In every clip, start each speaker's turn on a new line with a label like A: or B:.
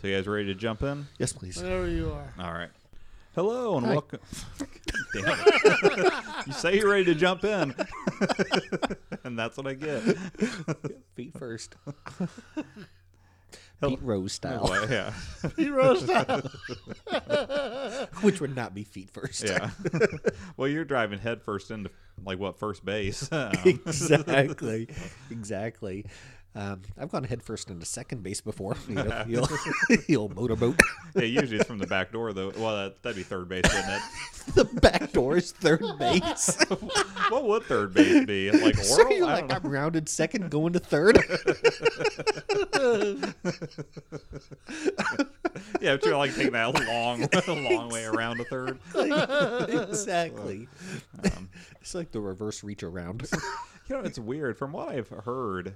A: So you guys ready to jump in?
B: Yes, please.
C: Whatever you are.
A: All right. Hello and
B: Hi.
A: welcome. Damn it. you say you're ready to jump in, and that's what I get.
B: Feet first. Pete Rose style,
A: Well, yeah,
C: He rose down.
B: which would not be feet first.
A: yeah. well, you're driving headfirst into like what first base? Um,
B: exactly, exactly. Um, I've gone headfirst into second base before. You know, you old the old motorboat.
A: yeah, usually it's from the back door though. Well, that, that'd be third base, wouldn't it?
B: the back door is third base.
A: what would third base be? Like oral?
B: so you're
A: I don't
B: like,
A: know.
B: I'm rounded second, going to third.
A: yeah, but you're like taking that long, long way around to third.
B: exactly. it's like the reverse reach around.
A: You know, it's weird. From what I've heard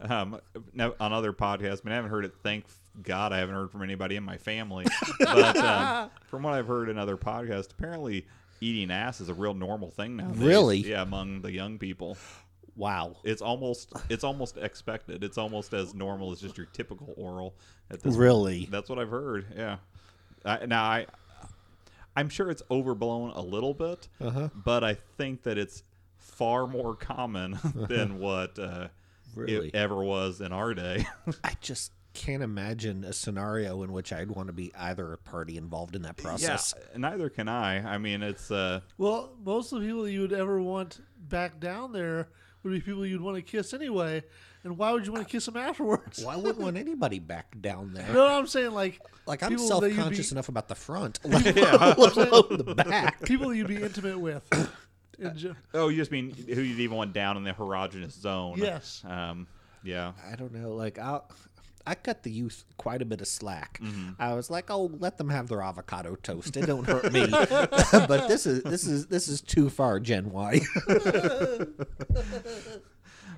A: um, no- on other podcasts, I mean, I haven't heard it. Thank God, I haven't heard from anybody in my family. But um, from what I've heard in other podcasts, apparently eating ass is a real normal thing now.
B: Really?
A: Yeah, among the young people,
B: wow.
A: it's almost it's almost expected. It's almost as normal as just your typical oral at this
B: Really?
A: That's what I've heard. Yeah. I, now I, I'm sure it's overblown a little bit, but I think that it's far more common than what uh,
B: Really?
A: it ever was in our day.
B: I just can't imagine a scenario in which I'd want to be either party involved in that process.
A: Yeah, neither can I. I mean, it's uh,
C: Well, most of the people that you would ever want back down there would be people you'd want to kiss anyway. And why would you want to kiss them afterwards?
B: Well, I wouldn't want anybody back down there.
C: No, I'm saying like
B: Like I'm
C: people that you'd
B: self-conscious
C: be-
B: enough about the front, let alone the back.
C: people that you'd be intimate with. In ge-
A: oh, you just mean who you'd even want down in the herogenous zone?
C: Yes.
A: Um, yeah.
B: I don't know. Like I, I cut the youth quite a bit of slack.
C: Mm-hmm.
B: I was like, oh, let them have their avocado toast. It don't hurt me. but this is this is this is too far, Gen Y.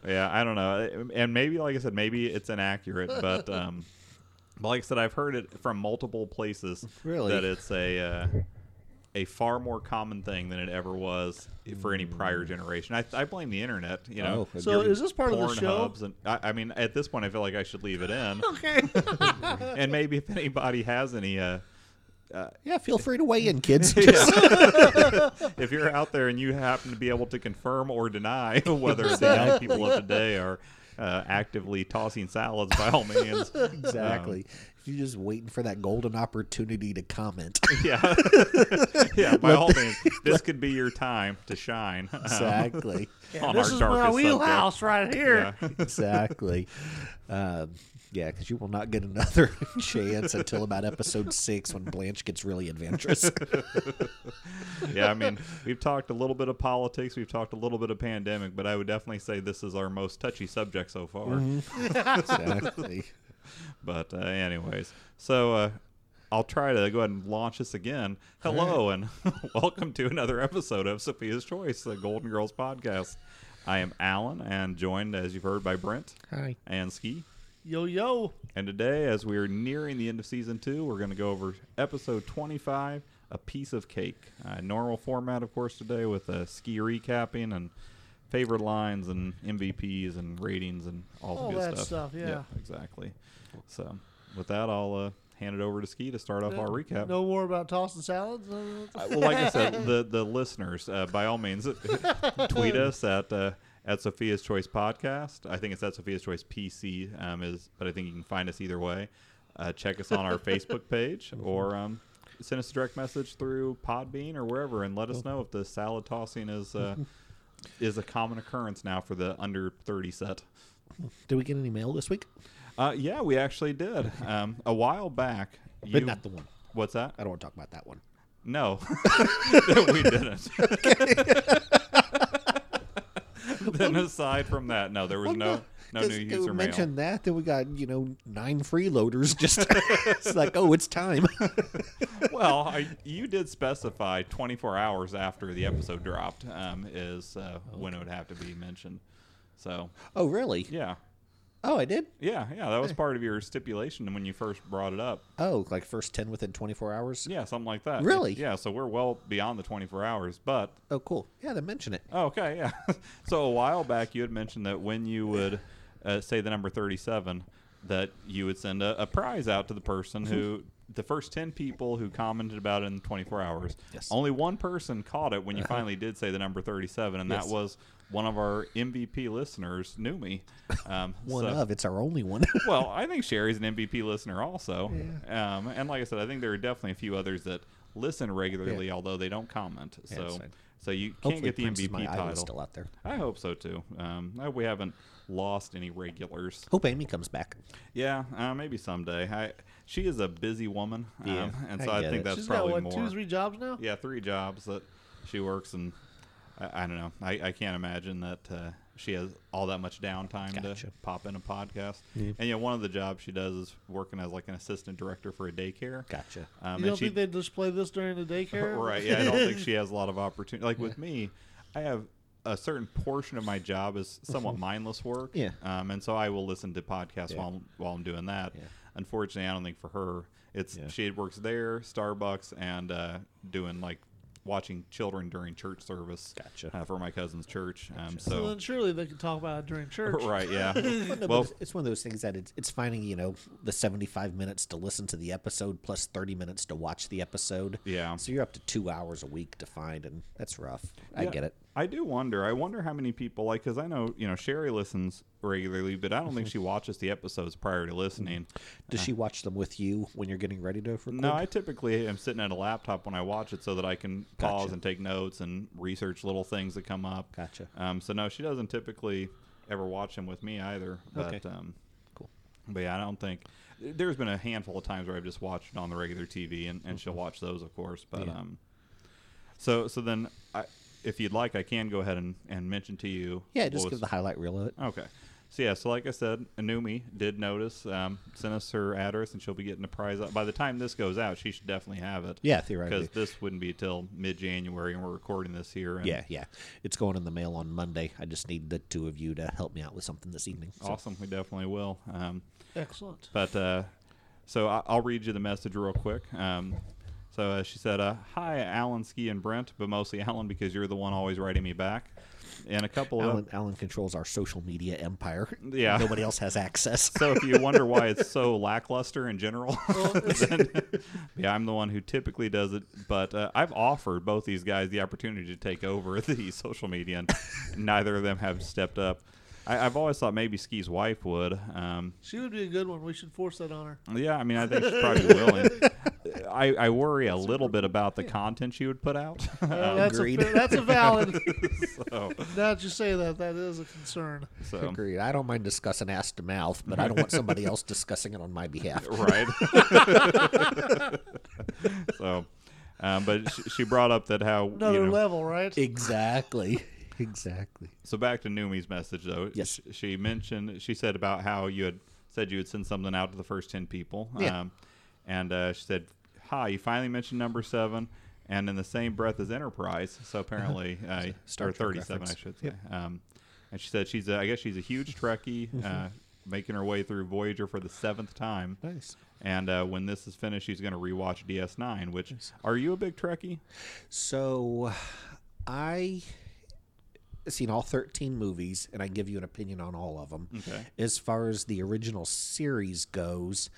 A: Yeah, I don't know. Uh, And maybe, like I said, maybe it's inaccurate, but um, but like I said, I've heard it from multiple places
B: Really?
A: that it's a uh, a far more common thing than it ever was for any prior generation. I, I blame the internet. You know,
B: Oh,
C: So
B: You're
C: is this part of the
A: Porn
C: show?
A: hubs and I, I mean, at this point, I feel like I should leave it in,
C: Okay.
A: and maybe if anybody has any. Uh,
B: yeah, feel free to weigh in, kids.
A: if you're out there and you happen to be able to confirm or deny whether the young people of today are uh, actively tossing salads, by all means,
B: exactly. You're just waiting for that golden opportunity to comment.
A: Yeah. yeah, by all means, this could be your time to shine. um,
B: exactly.
A: on
C: this
A: our
C: is
A: darkest
C: my
A: subject.
C: wheelhouse right
A: Yeah.
C: here.
B: exactly. Um, yeah, because you will not get another chance until about episode six when Blanche gets really adventurous.
A: yeah, I mean, we've talked a little bit of politics, we've talked a little bit of pandemic, but I would definitely say this is our most touchy subject so far.
B: exactly.
A: But uh, anyways, so uh, I'll try to go ahead and launch this again. Hello and welcome to another episode of Sophia's Choice, the Golden Girls podcast. I am Alan and joined, as you've heard, by Brent
B: Hi.
A: and Ski.
C: Yo yo.
A: And today, as we are nearing the end of season two, we're going to go over episode 25, A Piece of Cake. Uh, normal format, of course, today with a ski recapping and favorite lines and MVPs and ratings and all,
C: All
A: the good
C: that stuff, yeah.
A: exactly. So, with that, I'll uh, hand it over to Ski to start off our recap.
C: No more about tossing salads. Uh,
A: Uh, well, like I said, the the listeners, uh, by all means, tweet us at uh, at Sophia's Choice Podcast. I think it's at Sophia's Choice PC um, is, but I think you can find us either way. Uh, check us on our Facebook page
B: Mm-hmm.
A: or um, send us a direct message through Podbean or wherever, and let us know if the salad tossing is uh, is a common occurrence now for the under thirty set.
B: Did we get any mail this week?
A: Uh, yeah, we actually did um, a while back. You,
B: But not the one.
A: What's that?
B: I don't want to talk about that one.
A: No, we didn't. then aside from that, no, there was no no new user mail.
B: mentioned that. Then we got you know nine freeloaders. Just it's like oh, it's time.
A: Well, I, you did specify 24 hours after the episode dropped um, is uh, when it would have to be mentioned. So
B: oh really?
A: yeah,
B: Oh, I did.
A: yeah, yeah, that was part of your stipulation when you first brought it up.
B: Oh, like first ten within twenty four hours.
A: Yeah, something like that.
B: Really?
A: Yeah. So we're well beyond the 24 hours, but
B: Oh, cool. Yeah, then mention it.
A: Oh, okay, yeah. so a while back, you had mentioned that when you would uh, say the number thirty-seven, that you would send a, a prize out to the person
B: Mm-hmm.
A: who the first 10 people who commented about it in 24 hours
B: Yes. Uh-huh.
A: only one person caught it when you finally did say the number 37 and
B: Yes.
A: that was one of our mvp listeners knew me um,
B: One
A: so-
B: of it's our only one.
A: well, I think Sherry's an MVP listener also. Um, and like I said, I think there are definitely a few others that listen regularly, although they don't comment.
B: that's
A: so,
B: fine.
A: so you can't
B: Hopefully,
A: get the
B: Prince is my
A: MVP
B: idol is
A: title.
B: still out there.
A: I hope so too. Um, I hope we haven't lost any regulars.
B: Hope Amy comes back.
A: Yeah, uh, maybe someday. I, she is a busy woman, um,
B: Yeah,
A: and
B: I
A: so I,
B: get
A: think
B: it.
A: that's
C: She's got
A: probably
C: what
A: more.
C: two, three jobs now.
A: yeah, three jobs that she works, and I, I don't know. I, I can't imagine that uh, she has all that much downtime
B: Gotcha.
A: to pop in a podcast. And yeah, one of the jobs she does is working as like an assistant director for a daycare.
B: Gotcha.
A: Um,
C: you don't
A: and she,
C: think they display this during the daycare?
A: right? Yeah, I don't think she has a lot of opportunity. Like with me, I have a certain portion of my job is somewhat mindless work.
B: Mm-hmm. Yeah.
A: Um, and so I will listen to podcasts
B: Yeah.
A: while I'm, while I'm doing that.
B: Yeah.
A: Unfortunately, I don't think for her, it's
B: Yeah.
A: she works there, Starbucks, and uh, doing like watching children during church service.
B: Gotcha.
A: Uh, for my cousin's church. Um,
C: So,
A: so.
C: then surely they can talk about it during church.
A: Right, yeah.
B: Well, no,
A: Well-
B: but it's- it's one of those things that it's, it's finding, you know, the 75 minutes to listen to the episode plus 30 minutes to watch the episode.
A: Yeah.
B: So you're up to two hours a week to find, and that's rough. I
A: Yeah,
B: get it.
A: I do wonder. I wonder how many people like because I know you know Sherry listens regularly, but I don't think she watches the episodes prior to listening.
B: Does she watch them with you when you're getting ready to record?
A: Uh-huh. No, I typically am sitting at a laptop when I watch it so that I can pause
B: Gotcha.
A: and take notes and research little things that come up.
B: Gotcha.
A: Um, so no, she doesn't typically ever watch them with me either. But,
B: Okay.
A: Um,
B: Cool.
A: But yeah, I don't think there's been a handful of times where I've just watched it on the regular TV, and, and she'll watch those, of course. But
B: Mm-hmm. Yeah.
A: um, so so then I, if you'd like, I can go ahead and, and mention to you.
B: Yeah,
A: what
B: just give
A: was-
B: the highlight reel of it.
A: Okay. So yeah, so like I said, Anumi did notice, um, sent us her address, and she'll be getting a prize. Out. By the time this goes out, she should definitely have it.
B: Yeah,
A: Because
B: theoretically.
A: this wouldn't be till mid-January, and we're recording this here. And
B: Yeah, yeah. It's going in the mail on Monday. I just need the two of you to help me out with something this evening. So.
A: Awesome. We definitely will. Um,
C: Excellent.
A: But uh, so I- I'll read you the message real quick. Um, so uh, she said, uh, "Hi, Alan, Ski, and Brent, but mostly Alan because you're the one always writing me back." And a couple of
B: Alan, Alan controls our social media empire.
A: Yeah.
B: Nobody else has access.
A: so if you wonder why it's so lackluster in general, then yeah, I'm the one who typically does it. But uh, I've offered both these guys the opportunity to take over the social media, and neither of them have stepped up. I, I've always thought maybe Ski's wife would. Um,
C: She would be a good one. We should force that on her.
A: yeah, I mean, I think she's probably willing. I, I worry a little bit about the content she would put out.
C: Uh, that's, a,
B: agreed.
C: fair- that's a valid.
A: so,
C: now that you say that, that is a concern.
A: so
B: Agreed. I don't mind discussing ass to mouth, but I don't want somebody else discussing it on my behalf.
A: right? so, um, but she, she brought up that how you
C: Another
A: know-
C: level, right?
B: Exactly. Exactly.
A: So back to Numi's message though.
B: Yes.
A: Sh- she mentioned she said about how you had said you had sent something out to the first ten people.
B: Yeah.
A: Um, and uh, she said, "Hi, you finally mentioned number seven, and in the same breath as Enterprise. So apparently, uh,
B: Uh-huh. Star
A: or
B: Trek
A: thirty-seven,
B: reference.
A: I should say." Um, and she said she's a, I guess she's a huge Trekkie,
B: Mm-hmm.
A: uh, making her way through Voyager for the seventh time.
B: Nice.
A: And uh, when this is finished, she's going to rewatch DS9. Which are you a big Trekkie?
B: So I seen all 13 movies and I give you an opinion on all of them.
A: Okay.
B: As far as the original series goes,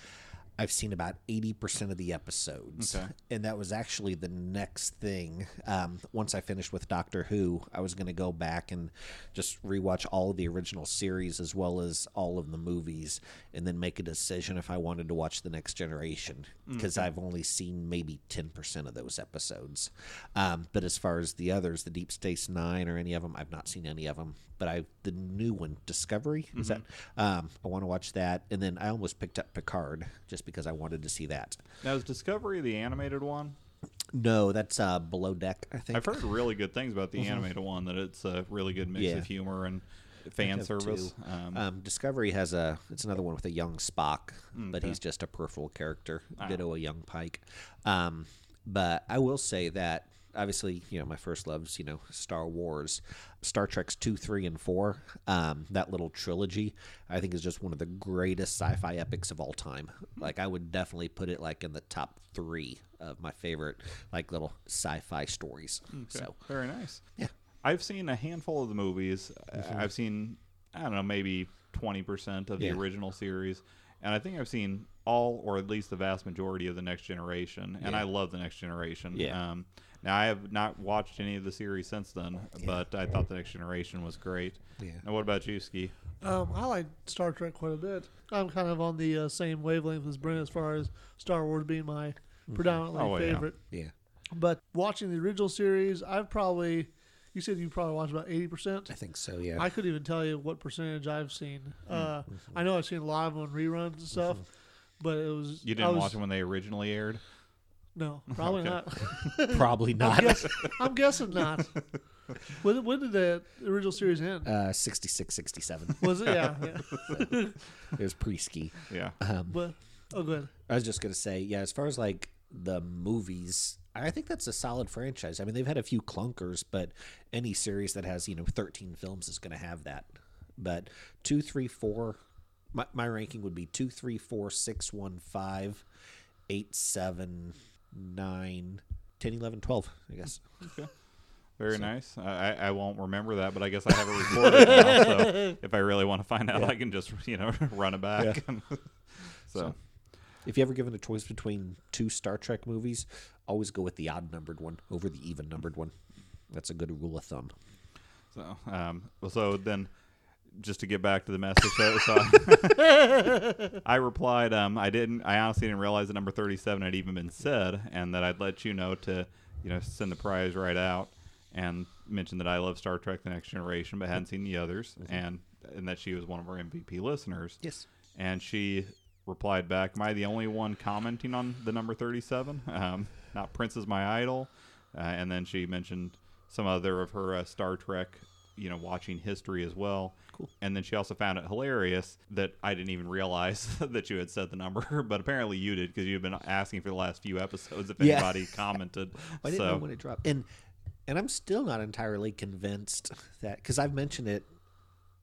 B: I've seen about 80% of the episodes.
A: Okay.
B: And that was actually the next thing. Um, once I finished with Doctor Who, I was going to go back and just rewatch all of the original series as well as all of the movies and then make a decision if I wanted to watch The Next Generation because I've only seen maybe 10% of those episodes. Um, but as far as the others, the Deep Space Nine or any of them, I've not seen any of them. But I the new one, Discovery, is that um, I want to watch that. And then I almost picked up Picard just because I wanted to see that.
A: Now is Discovery the animated one?
B: No, that's uh, Below Deck, I think. Mm-hmm.
A: I've heard really good things about the animated one. That it's a really good mix
B: Yeah.
A: of humor and fan
B: have
A: service.
B: two.
A: Um,
B: Um, Discovery has a it's another one with a young Spock, but he's just a peripheral character, ditto a young Pike. Um, but I will say that obviously, you know, my first loves, you know, Star Wars, Star Trek's two, three, and four. Um, that little trilogy, I think, is just one of the greatest sci-fi epics of all time. Like, I would definitely put it like in the top three of my favorite like little sci-fi stories. So
A: very nice.
B: yeah, Mm-hmm.
A: I've seen a handful of the movies. Uh, I've seen I don't know maybe twenty percent of
B: Yeah.
A: the original series, and I think I've seen all or at least the vast majority of the Next Generation, and I love the Next Generation.
B: Yeah.
A: Um, now I have not watched any of the series since then, but I thought the Next Generation was great.
B: Yeah.
A: Now what about you, Ski?
C: Um, I like Star Trek quite a bit. I'm kind of on the uh, same wavelength as Brent as far as Star Wars being my predominantly
A: Oh, yeah.
C: favorite.
B: Yeah.
C: But watching the original series, I've probably you said you probably watched about eighty
B: I
C: percent.
B: think so. Yeah.
C: I couldn't even tell you what percentage I've seen.
A: Mm,
C: Uh,
A: mm-hmm.
C: I know I've seen a lot of them on reruns and stuff, but it was
A: You
C: I
A: didn't
C: was-
A: watch them when they originally aired.
C: No, probably
A: Okay.
C: not.
B: Probably not.
C: I'm, guess, I'm guessing not. When, when did the original series end?
B: Uh, 66, 67.
C: Was it? Yeah, yeah.
B: it was pre ski.
A: Yeah.
C: But oh, good.
B: I was just gonna say, yeah. As far as like the movies, I think that's a solid franchise. I mean, they've had a few clunkers, but any series that has you know thirteen films is gonna have that. But two, three, four. My my ranking would be two, three, four, six, one, five, eight, seven, nine, ten, eleven, twelve. I guess.
A: Very nice. I, I I won't remember that, but I guess I have it recorded now. So if I really want to find out, I can just you know run it back. so,
B: If you ever given a choice between two Star Trek movies, always go with the odd numbered one over the even numbered one. That's a good rule of thumb.
A: so um well, so then just to get back to the message, so, so I, I replied um I didn't I honestly didn't realize that number thirty seven had even been said, and that I'd let you know to you know send the prize right out and mention that I love Star Trek: The Next Generation, but hadn't seen the others, and and that she was one of our MVP listeners.
B: Yes.
A: and she replied back, "Am I the only one commenting on the number 37? Um, not Prince is my idol." Uh, and then she mentioned some other of her uh, Star Trek, you know, watching history as well. Cool. And then she also found it hilarious that I didn't even realize that you had said the number, but apparently you did because you've been asking for the last few episodes if
B: Yeah.
A: anybody commented.
B: I didn't
A: so,
B: know when it dropped. And and I'm still not entirely convinced that because I've mentioned it,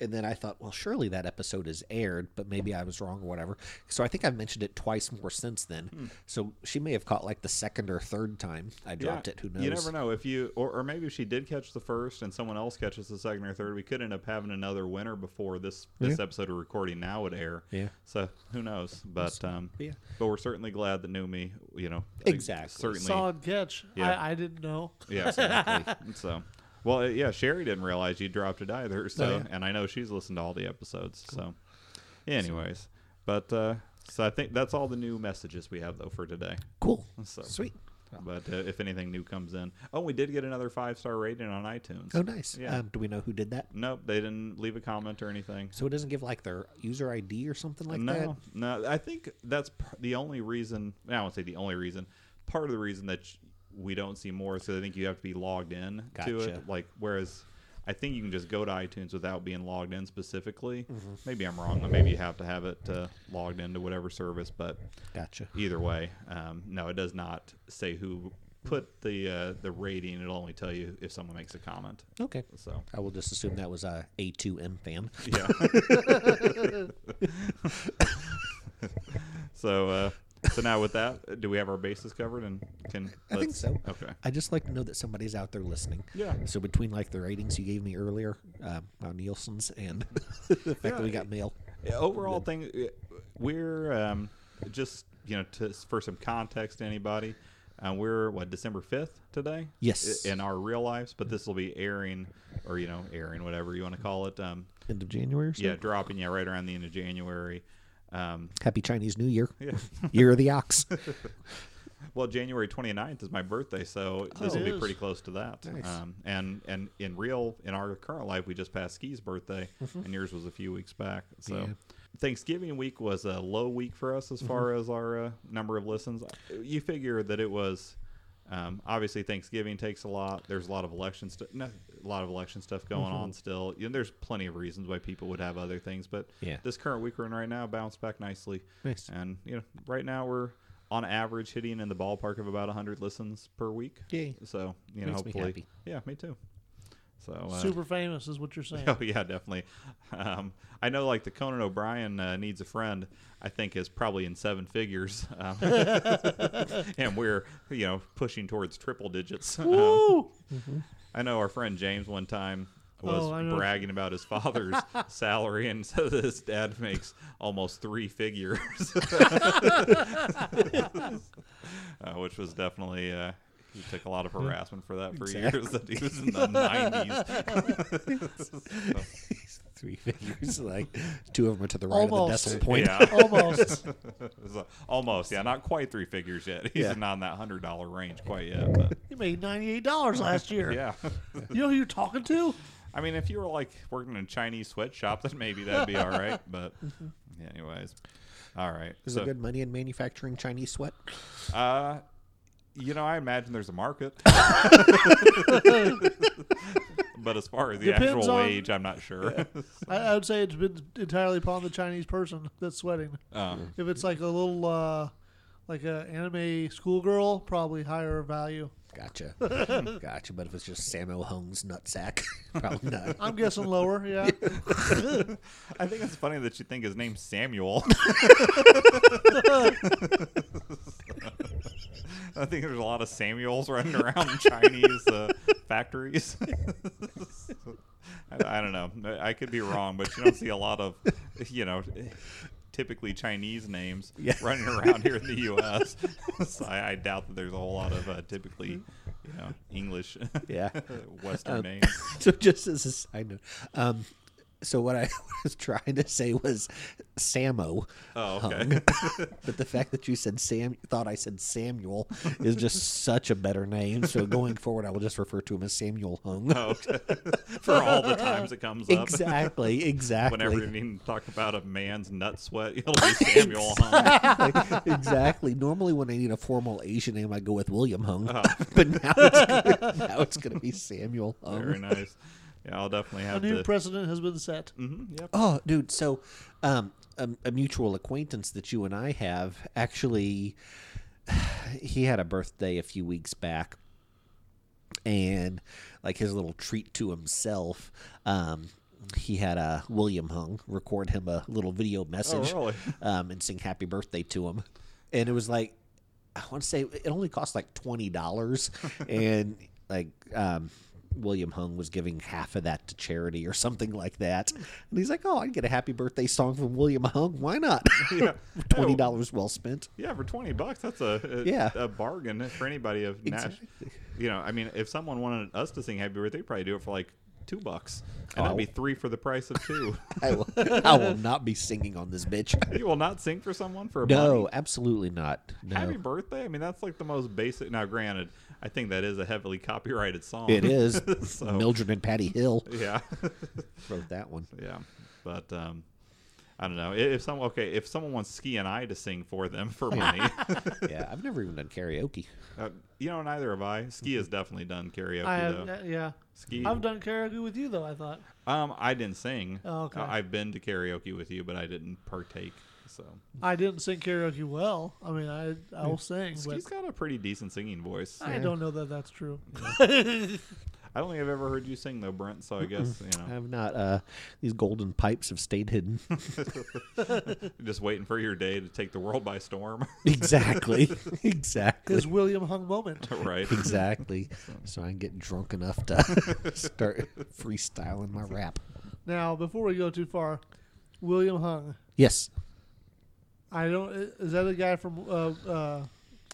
B: and then I thought, well, surely that episode is aired, but maybe I was wrong or whatever. So I think I've mentioned it twice more since then.
A: Hmm.
B: So she may have caught like the second or third time I dropped it. Who knows?
A: You never know if you, or, or maybe if she did catch the first and someone else catches the second or third, we could end up having another winner before this this episode of recording now would air.
B: Yeah.
A: So who knows? But um,
B: Yeah.
A: But we're certainly glad that Numi, you know,
B: Exactly.
A: certainly,
C: Solid catch.
A: Yeah.
C: I, I didn't know.
A: yeah, exactly. so. Well, uh, yeah, Sherry didn't realize you dropped it either. So,
B: Oh, yeah.
A: and I know she's listened to all the episodes. So, anyways, but uh, so I think that's all the new messages we have though for today.
B: Cool.
A: So-
B: Sweet.
A: But uh, if anything new comes in, oh, we did get another five star rating on iTunes.
B: Oh, nice.
A: Yeah.
B: Um, do we know who did that?
A: Nope, they didn't leave a comment or anything.
B: So it doesn't give like their user ID or something like
A: no,
B: that.
A: no, I think that's pr- the only reason. I won't say the only reason. Part of the reason that sh- we don't see more is 'cause I think you have to be logged in to
B: Gotcha.
A: it. Like whereas. I think you can just go to iTunes without being logged in specifically.
B: Mm-hmm.
A: Maybe I'm wrong. Maybe you have to have it uh, logged into whatever service, but
B: Gotcha.
A: either way um, no it does not say who put the uh, the rating it'll only tell you if someone makes a comment
B: Okay.
A: so
B: I will just assume that was a A2M fan.
A: yeah so uh, so now with that do we have our bases covered and can
B: I think
A: let's-
B: so.
A: okay
B: I just like to know that somebody's out there listening.
A: Yeah.
B: So between like the ratings you gave me earlier um, on Nielsen's and the fact that we got mail,
A: Yeah, overall thing uh, we're um, just you know to, for some context to anybody uh, we're what december 5th today
B: Yes.
A: i- in our real lives but this will be airing or you know airing whatever you want to call it um,
B: end of January. Or so.
A: yeah dropping yeah right around the end of january um,
B: Happy Chinese New Year.
A: yeah.
B: Year of the Ox.
A: well january 29th is my birthday so this will
C: Oh.
A: be
C: Yes.
A: pretty close to that
B: Nice.
A: um, and and in real in our current life we just passed ski's birthday and yours was a few weeks back so
B: Mm-hmm. Yeah.
A: Thanksgiving week was a low week for us as far
B: Mm-hmm.
A: as our uh, number of listens. You figure that it was um, obviously Thanksgiving takes a lot. There's a lot of election stuff, no, a lot of election stuff going
B: Mm-hmm.
A: on still. You know, there's plenty of reasons why people would have other things, but
B: Yeah.
A: this current week we're in right now bounced back nicely.
B: Nice.
A: And you know, right now we're on average hitting in the ballpark of about 100 listens per week.
B: Yay.
A: So you know,
B: Makes me
A: hopefully,
B: happy.
A: yeah, me too. So uh,
C: Super famous is what you're saying.
A: Oh yeah, definitely. Um, I know, like the Conan O'Brien uh, needs a friend. I think is probably in seven figures, um, and we're you know pushing towards triple digits. Um,
C: Woo!
A: I know our friend James one time was
C: Oh, I know.
A: bragging about his father's salary and said that his dad makes almost three figures, uh, which was definitely. Uh, he took a lot of harassment for that for years that he was in the 90s.
B: Three figures, like two of them are to the right
C: Almost.
B: of the decimal point.
A: Yeah.
C: Almost.
A: It was, uh, almost, yeah, not quite three figures yet. He's
B: Yeah.
A: not in that hundred dollar range quite yet. But
C: You made ninety-eight dollars last year.
A: yeah,
C: You know who you're talking to?
A: I mean, if you were like working in a Chinese sweatshop, then maybe that'd be all right. But yeah, anyways, all right.
B: Is
A: so,
B: there good money in manufacturing Chinese sweat?
A: Uh, you know, I imagine there's a market. but as far as the
C: Depends
A: actual
C: on-
A: wage, I'm not sure.
C: I, I would say it's been entirely upon the Chinese person that's sweating.
A: um,
C: If it's like a little, uh, like a anime schoolgirl, probably higher value.
B: Gotcha. gotcha. But if it's just Sammo Hung's nutsack, probably not.
C: I'm guessing lower. Yeah.
A: I think it's funny that you think his name's Samuel. I think there's a lot of Samuels running around in Chinese uh, factories. I, I don't know. I could be wrong, but you don't see a lot of, you know, typically Chinese names
B: Yeah.
A: running around here in the U.S. so I, I doubt that there's a whole lot of uh, typically, you know, English,
B: Yeah.
A: Western
B: Um,
A: names.
B: so just as a side note, um, so what I was trying to say was Sammo,
A: Oh, okay.
B: but the fact that you said Sam, thought I said Samuel, is just such a better name. So going forward, I will just refer to him as Samuel Hung.
A: Oh, okay. For all the times it comes up.
B: exactly, exactly.
A: Whenever you need to talk about a man's nut sweat, it'll be Samuel Hung.
B: exactly, exactly. Normally, when I need a formal Asian name, I go with William Hung,
A: Uh-huh.
B: but now it's gonna, now it's going to be Samuel Hung.
A: Very nice. Yeah, I'll definitely
C: A
A: have
C: new
A: to.
C: precedent has been set.
A: Mhm, yep.
B: Oh, dude. So, um, a, a mutual acquaintance that you and I have actually, he had a birthday a few weeks back, and like his little treat to himself, um, he had a William Hung record him a little video message,
A: Oh, really?
B: um, and sing happy birthday to him, and it was like, I want to say it only cost like twenty dollars, and like. Um, William Hung was giving half of that to charity or something like that. And he's like, Oh, I'd get a happy birthday song from William Hung. Why not?
A: Yeah. Oh.
B: $20 well spent.
A: Yeah, for twenty bucks, that's a, a
B: Yeah.
A: a bargain for anybody of Nash. You know, I mean, if someone wanted us to sing Happy Birthday, they'd probably do it for like two bucks, and that'd be
B: Oh.
A: three for the price of two.
B: I will, I will not be singing on this bitch.
A: you will not sing for someone for a
B: No,
A: money?
B: absolutely not. No.
A: Happy birthday! I mean, that's like the most basic. Now, granted, I think that is a heavily copyrighted song.
B: It is.
A: So-
B: Mildred and Patty Hill
A: Yeah.
B: wrote that one.
A: Yeah, but um, I don't know I- if some okay if someone wants Ski and I to sing for them for money.
B: Yeah, I've never even done karaoke.
A: uh, you know, neither have I. Ski has definitely done karaoke
C: I have,
A: though.
C: uh, yeah.
A: Ski,
C: I've done karaoke with you though. I thought.
A: um, I didn't sing.
C: Oh, okay.
A: Uh, I've been to karaoke with you, but I didn't partake. So
C: I didn't sing karaoke well. I mean, I I'll sing, but
A: Ski's got a pretty decent singing voice.
C: I don't know that that's true.
A: I don't think I've ever heard you sing though, Brent. So I guess you know,
B: I've not. Uh, these golden pipes have stayed hidden.
A: just waiting for your day to take the world by storm,
B: exactly. Exactly.
C: His William Hung moment.
A: right?
B: Exactly. So I can get drunk enough to start freestyling my rap.
C: Now, before we go too far, William Hung.
B: Yes.
C: I don't. Is that the guy from uh, uh,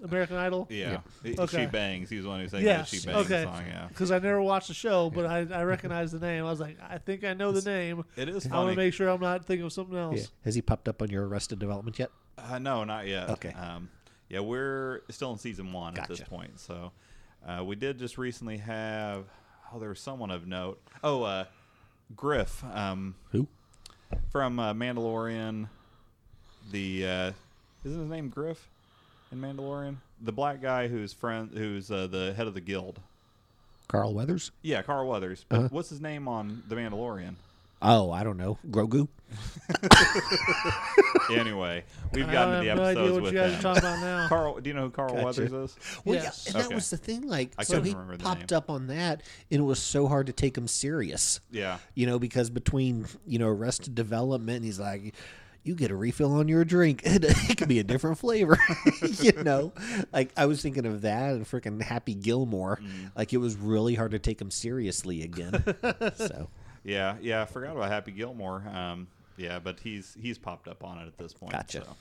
C: American Idol?
A: Yeah, It- she
C: Okay.
A: bangs. He's the one who sang
C: Yes.
A: that she bangs
C: okay.
A: song. Yeah,
C: Because I never watched the show, but I, I recognize the name. I was like, I think I know the name.
A: it is
C: I want
A: funny.
C: to make sure I'm not thinking of something else.
B: Yeah. Has he popped up on your Arrested Development yet?
A: Uh, no, not yet.
B: Okay.
A: Um, yeah, we're still in season one at this
B: Gotcha.
A: point. So uh, we did just recently have. Oh, there was someone of note. Oh, uh, Griff um,
B: Who?
A: from uh, Mandalorian. The uh, isn't his name Griff in Mandalorian? The black guy who's friend, who's uh, the head of the guild.
B: Carl Weathers?
A: Yeah, Carl Weathers.
B: Uh-huh.
A: But what's his name on The Mandalorian?
B: Oh, I don't know. Grogu?
A: anyway, we've
C: I
A: gotten to
C: have
A: the
C: no
A: episodes
C: idea what
A: with
C: you guys are
A: him.
C: talking about now.
A: Carl, do you know who Carl
B: Gotcha.
A: Weathers is?
B: Well,
C: Yes.
B: yeah, and
A: Okay.
B: that was the thing. Like,
A: I
B: so
A: couldn't
B: he
A: remember the
B: popped
A: name.
B: up on that, and it was so hard to take him serious.
A: Yeah.
B: You know, because between you know Arrested Development, and he's like, you get a refill on your drink. And it could be a different flavor, you know. Like I was thinking of that and freaking Happy Gilmore. Like it was really hard to take him seriously again. so
A: Yeah, yeah, I forgot about Happy Gilmore. Um, yeah, but he's he's popped up on it at this point.
B: gotcha,
A: So.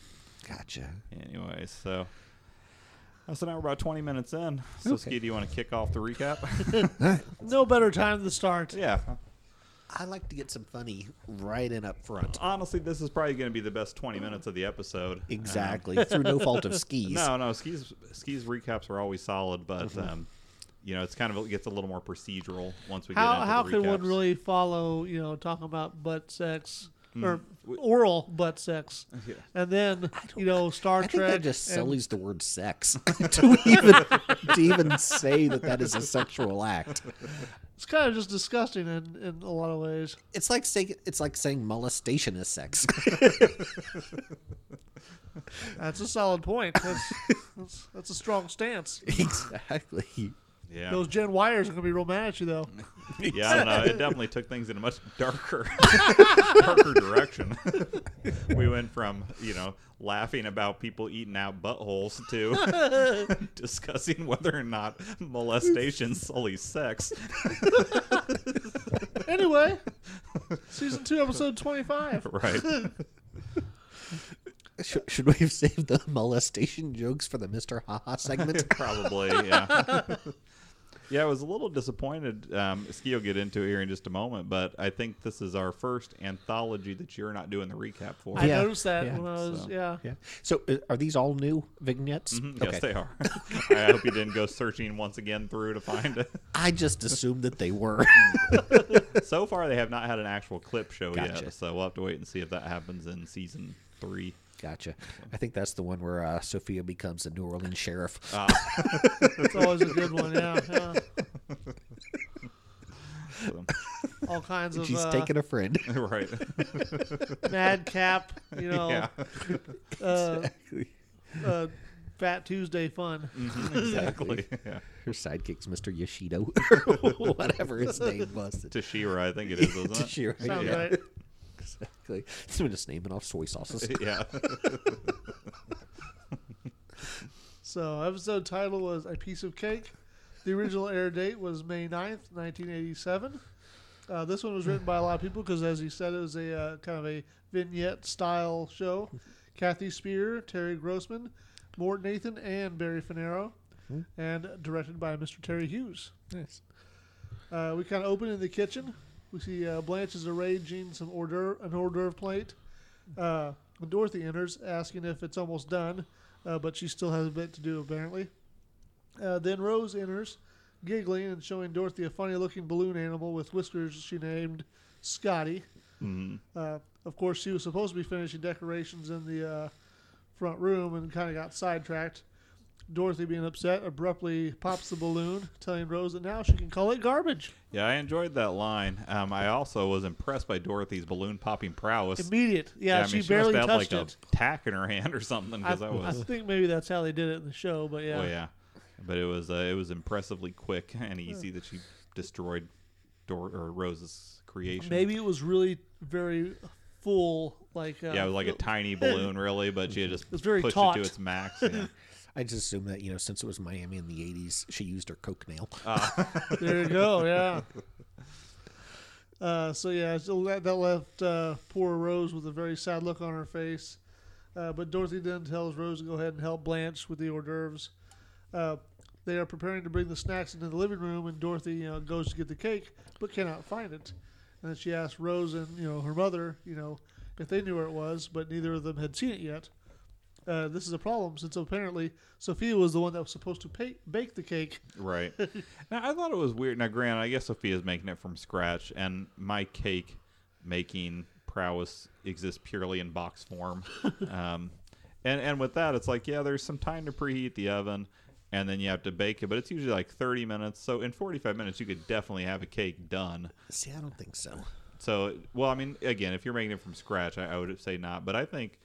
B: gotcha.
A: Anyway, so uh, so now we're about twenty minutes in. So
B: Okay.
A: Ski, do you want to kick off the recap?
C: No better time to start.
A: yeah.
B: I like to get some funny right in up front.
A: Honestly, this is probably going to be the best twenty minutes of the episode. Um,
B: Exactly through no fault of skis.
A: No, no, skis skis recaps are always solid, but
B: Mm-hmm.
A: um, you know, it's kind of it gets a little more procedural once we get
C: How
A: into
C: how
A: the
C: can one
A: recaps.
C: really follow you know talking about butt sex
A: Hmm.
C: or oral butt sex, and then you know Star
B: I think
C: Trek
B: that just
C: and-
B: sullies the word sex to even to even say that that is a sexual act.
C: It's kind of just disgusting in, in a lot of ways.
B: It's like saying it's like saying molestation is sex.
C: That's a solid point. That's that's, that's a strong stance.
B: exactly.
A: Yeah,
C: Those Gen Wires are gonna be real mad at you though.
A: yeah, I don't know. It definitely took things in a much darker, darker direction. we went from you know laughing about people eating out buttholes to discussing whether or not molestation sullies sex.
C: Anyway, season two, episode twenty-five.
A: Right?
B: Should, should we have saved the molestation jokes for the Mister Haha segment?
A: Probably. Yeah. Yeah, I was a little disappointed. Um, Ski will get into it here in just a moment, but I think this is our first anthology that you're not doing the recap for.
C: I
B: Yeah,
C: noticed that
B: yeah,
C: when I was
A: so.
C: yeah.
B: yeah. So uh, are these all new vignettes?
A: Mm-hmm. Yes, they are. I hope you didn't go searching once again through to find it.
B: I just assumed that they were.
A: So far, they have not had an actual clip show
B: Gotcha.
A: yet, so we'll have to wait and see if that happens in season three.
B: gotcha. I think that's the one where uh, Sophia becomes a New Orleans sheriff.
A: Ah,
C: It's always a good one. Yeah, yeah.
A: So,
C: all kinds of
B: She's
C: uh,
B: taking a friend.
A: right.
C: madcap. You know,
A: Yeah.
C: uh, uh, Fat Tuesday fun.
A: Exactly. Yeah.
B: Her sidekick's Mr. Yoshido, or whatever his name was.
A: Tashira, I think it is, isn't it?
B: Tashira,
C: Sounds
A: Yeah.
C: right.
B: Exactly. So we're just naming off soy sauces.
A: Yeah.
C: So, episode title was A Piece of Cake. The original air date was May 9th, 1987. Uh, this one was written by a lot of people because, as you said, it was a uh, kind of a vignette style show. Kathy Spear, Terry Grossman, Mort Nathan, and Barry Finero, and directed by Mr. Terry Hughes.
B: Nice.
C: Uh, we kind of open in the kitchen. We see uh, Blanche is arranging some hors d'oeuvre, an hors d'oeuvre plate. Uh, when Dorothy enters, asking if it's almost done, uh, but she still has a bit to do apparently. Uh, then Rose enters, giggling and showing Dorothy a funny-looking balloon animal with whiskers she named Scotty. Uh, of course, she was supposed to be finishing decorations in the uh, front room and kind of got sidetracked. Dorothy, being upset, abruptly pops the balloon, telling Rose that now she can call it garbage.
A: Yeah, I enjoyed that line. Um, I also was impressed by Dorothy's balloon popping prowess.
C: Immediate. Yeah,
A: I
C: she
A: mean,
C: barely
A: must have
C: touched
A: had, like,
C: it.
A: a tack in her hand or something
C: I,
A: because that
C: I
A: was.
C: think maybe that's how they did it in the show, but yeah.
A: Oh yeah, but it was uh, it was impressively quick and easy that she destroyed Dor- or Rose's creation.
C: Maybe it was really very full, like uh,
A: Yeah, it was like a tiny balloon, really, but she had just
C: was very
A: pushed
C: taut.
A: it to its max. Yeah.
B: I just assume that, you know, since it was Miami in the 80s, she used her Coke nail.
C: there you go. Yeah. Uh, so yeah, so that, that left uh, poor Rose with a very sad look on her face. Uh, but Dorothy then tells Rose to go ahead and help Blanche with the hors d'oeuvres. Uh, they are preparing to bring the snacks into the living room, and Dorothy, you know, goes to get the cake but cannot find it. And then she asks Rose and you know her mother, you know, if they knew where it was, but neither of them had seen it yet. Uh, this is a problem since apparently Sophia was the one that was supposed to pa bake the cake.
A: Right. now I thought it was weird. Now, granted, I guess Sophia's making it from scratch, and my cake making prowess exists purely in box form. um, and and with that, it's like yeah, there's some time to preheat the oven, and then you have to bake it, but it's usually like 30 minutes. So in 45 minutes, you could definitely have a cake done.
B: See, I don't think so.
A: So well, I mean, again, if you're making it from scratch, I, I would say not. But I think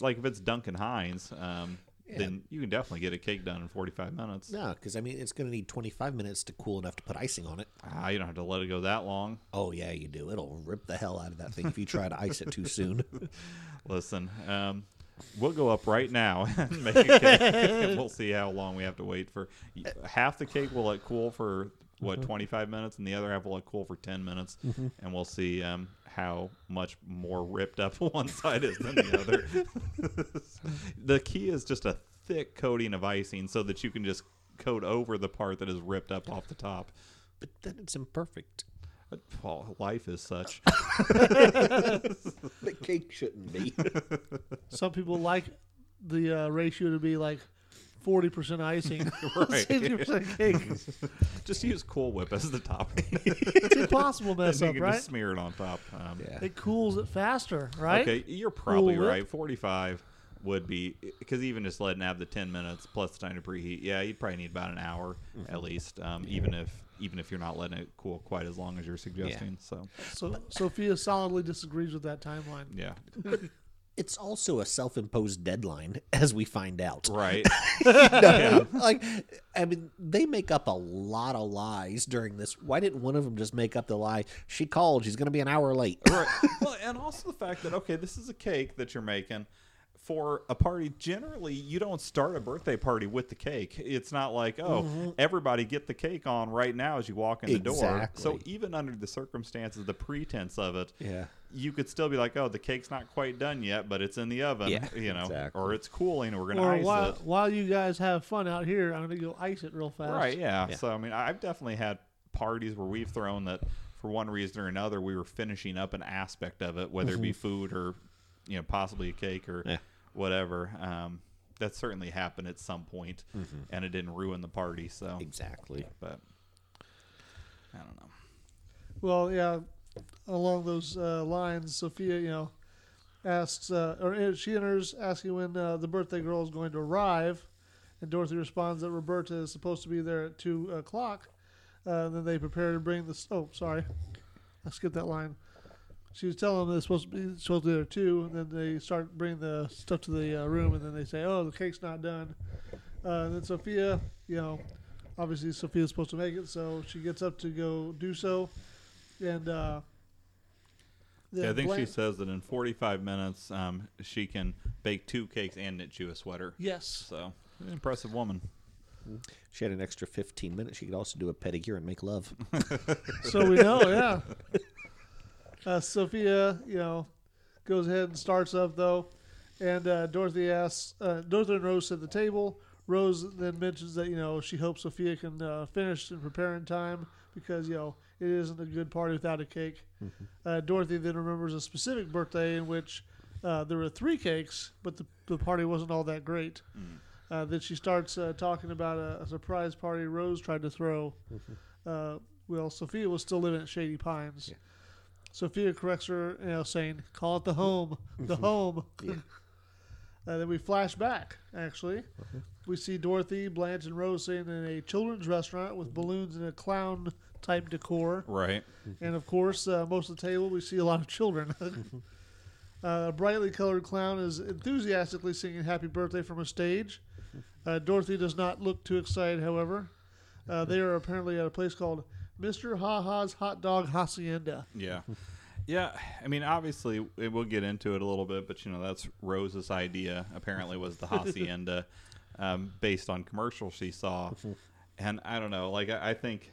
A: like if it's Duncan Hines, um, then you can definitely get a cake done in 45 minutes.
B: No, because I mean it's going to need 25 minutes to cool enough to put icing on it.
A: Ah, you don't have to let it go that long.
B: Oh yeah, you do. It'll rip the hell out of that thing if you try to ice it too soon.
A: Listen, um, we'll go up right now and make a cake, and we'll see how long we have to wait for. Half the cake will let cool for what 25 minutes, and the other half will let cool for 10 minutes, and we'll see um, how much more ripped up one side is than the other. the key is just a thick coating of icing so that you can just coat over the part that is ripped up off the top.
B: but then it's imperfect.
A: But, Paul, life is such.
B: The cake shouldn't be.
C: Some people like the uh, ratio to be like forty percent icing,
A: Right.
C: sixty percent cake.
A: Just use Cool Whip as the topping.
C: It's impossible to
A: and
C: mess
A: you
C: up,
A: can
C: right?
A: just smear it on top. Um,
B: Yeah.
C: It cools it faster, right?
A: Okay, you're probably
C: Cool Whip.
A: right. 45 would be because even just letting have the 10 minutes plus the time to preheat. Yeah, you'd probably need about an hour
C: Mm-hmm.
A: at least. Um, even if even if you're not letting it cool quite as long as you're suggesting. So
C: So Sophia solidly disagrees with that timeline.
A: yeah,
B: It's also a self-imposed deadline, as we find out.
A: right.
B: No, like I mean, they make up a lot of lies during this. Why didn't one of them just make up the lie? She called. She's going to be an hour late.
A: right. Well, and also the fact that okay, this is a cake that you're making for a party. Generally, you don't start a birthday party with the cake. It's not like oh,
C: Mm-hmm.
A: everybody get the cake on right now as you walk in the door. So
B: Exactly.
A: even under the circumstances, the pretense of it,
B: Yeah.
A: you could still be like, oh, the cake's not quite done yet, but it's in the oven,
B: Yeah,
A: you know,
B: exactly.
A: or it's cooling, we're gonna
C: Or
A: ice
C: while,
A: it.
C: while you guys have fun out here, I'm gonna go ice it real fast.
A: Right, yeah.
B: Yeah.
A: So I mean, I- I've definitely had parties where we've thrown that for one reason or another we were finishing up an aspect of it, whether it be food or you know possibly a cake or
B: Mm-hmm. Yeah.
A: whatever. Um, that certainly happened at some point,
B: Mm-hmm.
A: and it didn't ruin the party. So,
B: Exactly.
A: but I don't know.
C: Well, yeah. Along those uh, lines, Sophia, you know, asks uh, or uh, she enters asking when uh, the birthday girl is going to arrive, and Dorothy responds that Roberta is supposed to be there at two o'clock. Uh, then they prepare to bring the. s- Oh, sorry, I skipped that line. She was telling them they're supposed to be supposed to be there at two, and then they start bringing the stuff to the uh, room, and then they say, "Oh, the cake's not done." Uh, and then Sophia, you know, obviously Sophia's supposed to make it, so she gets up to go do so, and uh,
A: Yeah, I
C: then
A: think she
C: Blanche-
A: says that in 45 minutes um, she can bake two cakes and knit you a sweater.
C: yes.
A: So, an impressive woman.
B: She had an extra 15 minutes. She could also do a pedicure and make love.
C: So we know, yeah. Uh, Sophia, you know, goes ahead and starts up though, and uh, Dorothy asks, uh, Dorothy and Rose at the table. Rose then mentions that you know she hopes Sophia can uh, finish and prepare in time because you know it isn't a good party without a cake. Uh, Dorothy then remembers a specific birthday in which uh, there were three cakes, but the, the party wasn't all that great.
B: Mm.
C: Uh, then she starts uh, talking about a, a surprise party Rose tried to throw. Uh, well, Sophia was still living at Shady Pines.
B: Yeah.
C: Sophia corrects her, you know, saying, "Call it the home, the home."
B: Yeah.
C: Uh, then we flash back. Actually,
B: Uh-huh.
C: we see Dorothy, Blanche, and Rose sitting in a children's restaurant with balloons and a clown type decor.
A: Right.
C: And of course, uh, most of the table we see a lot of children. uh, a brightly colored clown is enthusiastically singing "Happy Birthday" from a stage. Uh, Dorothy does not look too excited, however. Uh, they are apparently at a place called Mister Ha Ha's Hot Dog Hacienda.
A: Yeah. Yeah. I mean, obviously, it, we'll get into it a little bit, but, you know, that's Rose's idea, apparently, was the Hacienda um, based on commercials she saw. And I don't know. Like, I, I think.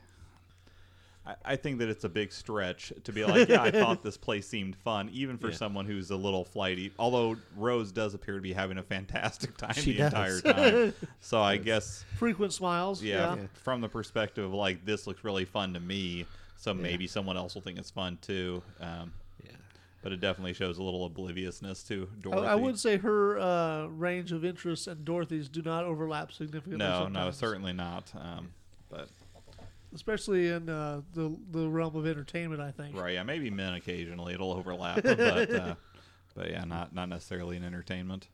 A: I- I think that it's a big stretch to be like, yeah, I thought this place seemed fun, even for someone who's a little flighty. Although Rose does appear to be having a fantastic time
B: She
A: the entire
B: does.
A: time, so I guess
C: Frequent smiles.
A: yeah,
C: Yeah.
A: f- from the perspective of like this looks really fun to me, so maybe someone else will think it's fun too. Um,
B: Yeah.
A: but it definitely shows a little obliviousness to
C: Oh, I,
A: Dorothy.
C: I would say her uh, range of interests and Dorothy's do not overlap significantly.
A: no, no,
C: sometimes,
A: certainly not. Um, but
C: Especially in uh, the the realm of entertainment, I think.
A: right, yeah, maybe men occasionally it'll overlap, but uh, but yeah, not not necessarily in entertainment.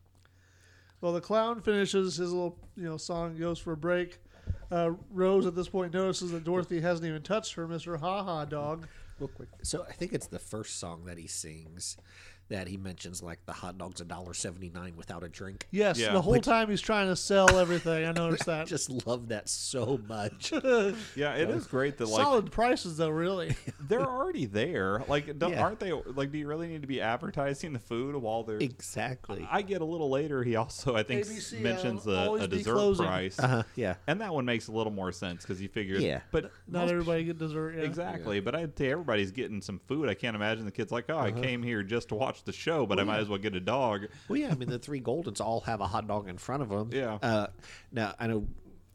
C: Well, the clown finishes his little you know song, and goes for a break. Uh, Rose at this point notices that Dorothy hasn't even touched her Mister Ha Ha dog.
B: Real quick. So I think it's the first song that he sings that he mentions like the hot dog's a dollar seventy nine without a drink.
C: Yes,
A: Yeah.
C: the whole time he's trying to sell everything. I noticed
B: I
C: that.
B: just love that so much.
A: Yeah, it is great that like
C: Solid prices though, really.
A: they're already there. Like, don't,
B: Yeah.
A: aren't they? Like, do you really need to be advertising the food while they're?
B: exactly.
A: I get a little later. He also, I think, s-
C: ABC,
A: mentions
C: I'll
A: a,
C: uh, always
A: a
C: be
A: dessert
C: closing. Uh-huh.
A: price,
B: Uh huh. Yeah.
A: and that one makes a little more sense because he figures.
B: Yeah.
A: but
C: Not
A: most-
C: everybody get dessert. Yeah.
A: Exactly, but I'd say everybody's getting some food. I can't imagine the kids like, oh,
C: Uh-huh.
A: I came here just to watch the show, but I might as well get a dog.
B: Well, yeah. I mean, the three Goldens all have a hot dog in front of them.
A: Yeah.
B: Uh, now I know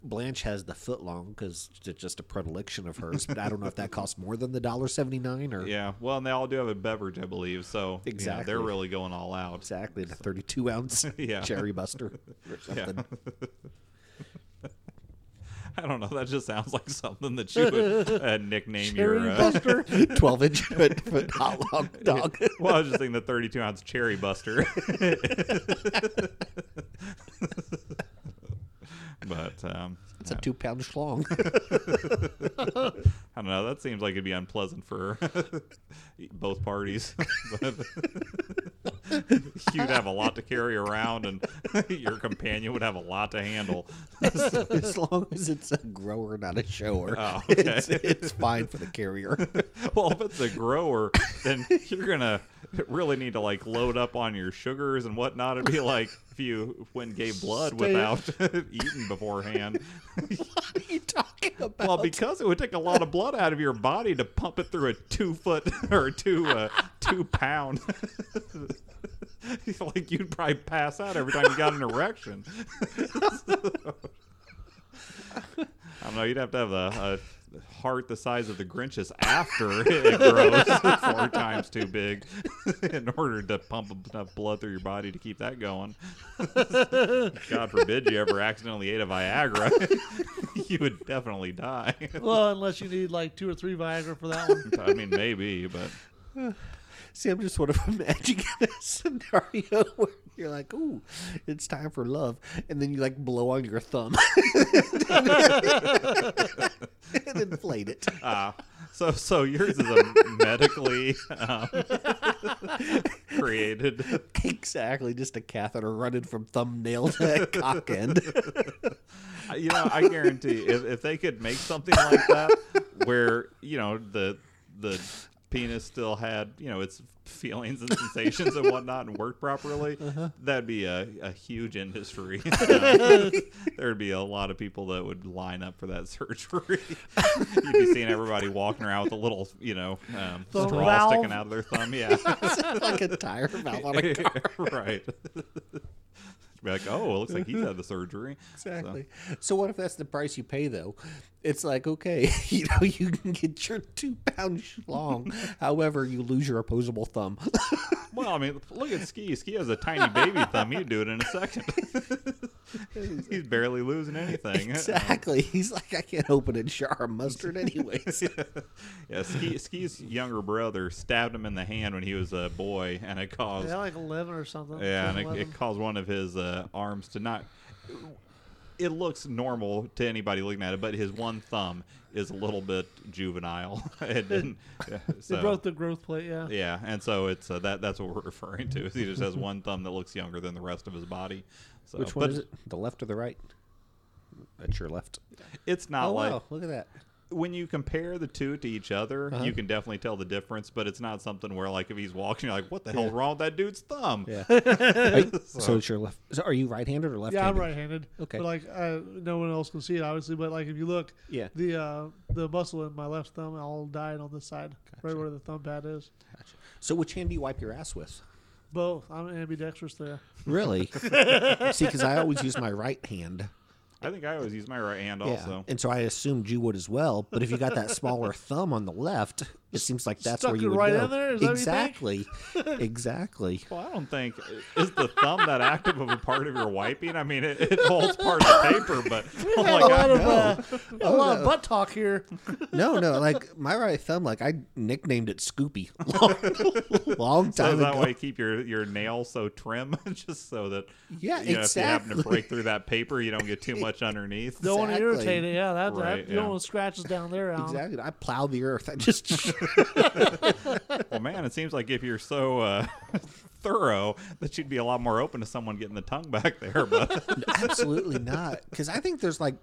B: Blanche has the foot long because it's just a predilection of hers, but I don't know if that costs more than the dollar seventy nine or
A: Yeah, well, and they all do have a beverage, I believe. So you know,
B: Exactly.
A: they're really going all out.
B: exactly the thirty two ounce
A: Yeah.
B: cherry buster or something.
A: I don't know. That just sounds like something that you would uh, nickname
C: Cherry
A: your. Uh,
C: Buster.
B: 12 inch foot, foot hot hot dog.
A: well, I was just thinking the 32 ounce Cherry Buster. but um,
B: It's a two pound schlong.
A: I don't know. That seems like it'd be unpleasant for both parties. But You'd have a lot to carry around, and your companion would have a lot to handle.
B: as long as it's a grower, not a shower,
A: Oh, okay.
B: it's, it's fine for the carrier.
A: well, if it's a grower, then you're gonna really need to like load up on your sugars and whatnot. It'd be like if you went gay blood
C: Stay-
A: without eating beforehand.
B: what are you talking about?
A: well, because it would take a lot of blood out of your body to pump it through a two foot or two uh, two pound. like you'd probably pass out every time you got an erection. I don't know. You'd have to have a, a heart the size of the Grinch's after it grows four times too big in order to pump enough blood through your body to keep that going. God forbid you ever accidentally ate a Viagra. you would definitely die.
C: Well, unless you need like two or three Viagra for that one.
A: I mean, maybe, but
B: See, I'm just sort of imagining a scenario where you're like, ooh, it's time for love. And then you like blow on your thumb and inflate it.
A: uh, so so yours is a medically um, created.
B: Exactly. Just a catheter running from thumbnail to cock end.
A: You know, I guarantee if, if they could make something like that, where you know the the penis still had you know its feelings and sensations and whatnot and worked properly,
B: Uh-huh.
A: that'd be a, a huge industry. there'd be a lot of people that would line up for that surgery. You'd be seeing everybody walking around with a little you know um,
C: Thumb
A: straw
C: valve.
A: sticking out of their thumb. Yeah.
B: like a tire valve on a
A: right. Be like, oh, it looks like he's had the surgery. So-
B: Exactly. So. what if that's the price you pay though? It's like okay, you know, you can get your two pound schlong. However, you lose your opposable thumb.
A: Well, I mean, look at Ski. Ski has a tiny baby thumb. He'd do it in a second. he's barely losing anything.
B: exactly. He's like, I can't open a jar of mustard anyways.
A: Yeah, Ski, Ski's younger brother stabbed him in the hand when he was a boy, and it caused
C: Yeah, like eleven or something.
A: Yeah,
C: 10,
A: and it,
C: 11.
A: it caused one of his uh, arms to not. It looks normal to anybody looking at it, but his one thumb is a little bit juvenile. it didn't. yeah,
C: They
A: so-
C: broke the growth plate. Yeah.
A: yeah, and so it's uh, that. That's what we're referring to. Is he just has one thumb that looks younger than the rest of his body. So,
B: Which one
A: but
B: is it? The left or the right? That's your left.
A: It's not
B: oh
A: like
B: wow! Look at that.
A: when you compare the two to each other,
B: Uh-huh.
A: you can definitely tell the difference. But it's not something where like if he's walking, you're like, what the hell's wrong with that dude's thumb?
B: Yeah. Are- so it's your left. So are you right-handed or left-handed?
C: Yeah, I'm right-handed.
B: Okay.
C: But like, uh, no one else can see it, obviously. But like, if you look,
B: Yeah.
C: the uh, the muscle in my left thumb all died on this side, right where the thumb pad is.
B: Gotcha. So which hand do you wipe your ass with?
C: Both. I'm ambidextrous there.
B: Really? See, because I always use my right hand.
A: I think I always use my right hand also.
B: And so I assumed you would as well. But if you got that smaller thumb on the left, it seems like that's where
C: Stuck
B: you
C: it
B: would
C: right
B: go.
C: in there? Is that what you
B: exactly.
C: think?
B: exactly.
A: Well, I don't think uh, is the thumb that active of a part of your wiping. I mean, it, it holds part of paper, but oh my
C: a lot
A: god,
C: of uh, a
B: Oh,
C: lot of butt talk here.
B: No, no, like my right thumb, like I nicknamed it Scoopy long, long
A: so
B: time
A: is that
B: ago.
A: way keep your your nail so trim, just so that
B: Yeah,
A: you know, if you happen to
B: exactly.
A: break through that paper, you don't get too much underneath.
C: Don't want to
B: Exactly.
C: irritate it. Yeah, that,
A: Right,
C: that you don't
A: yeah.
C: want scratches down there. Alan.
B: Exactly. I plow the earth. I just
A: Well, man, it seems like if you're so uh, thorough, that you'd be a lot more open to someone getting the tongue back there. But
B: Absolutely not. Because I think there's like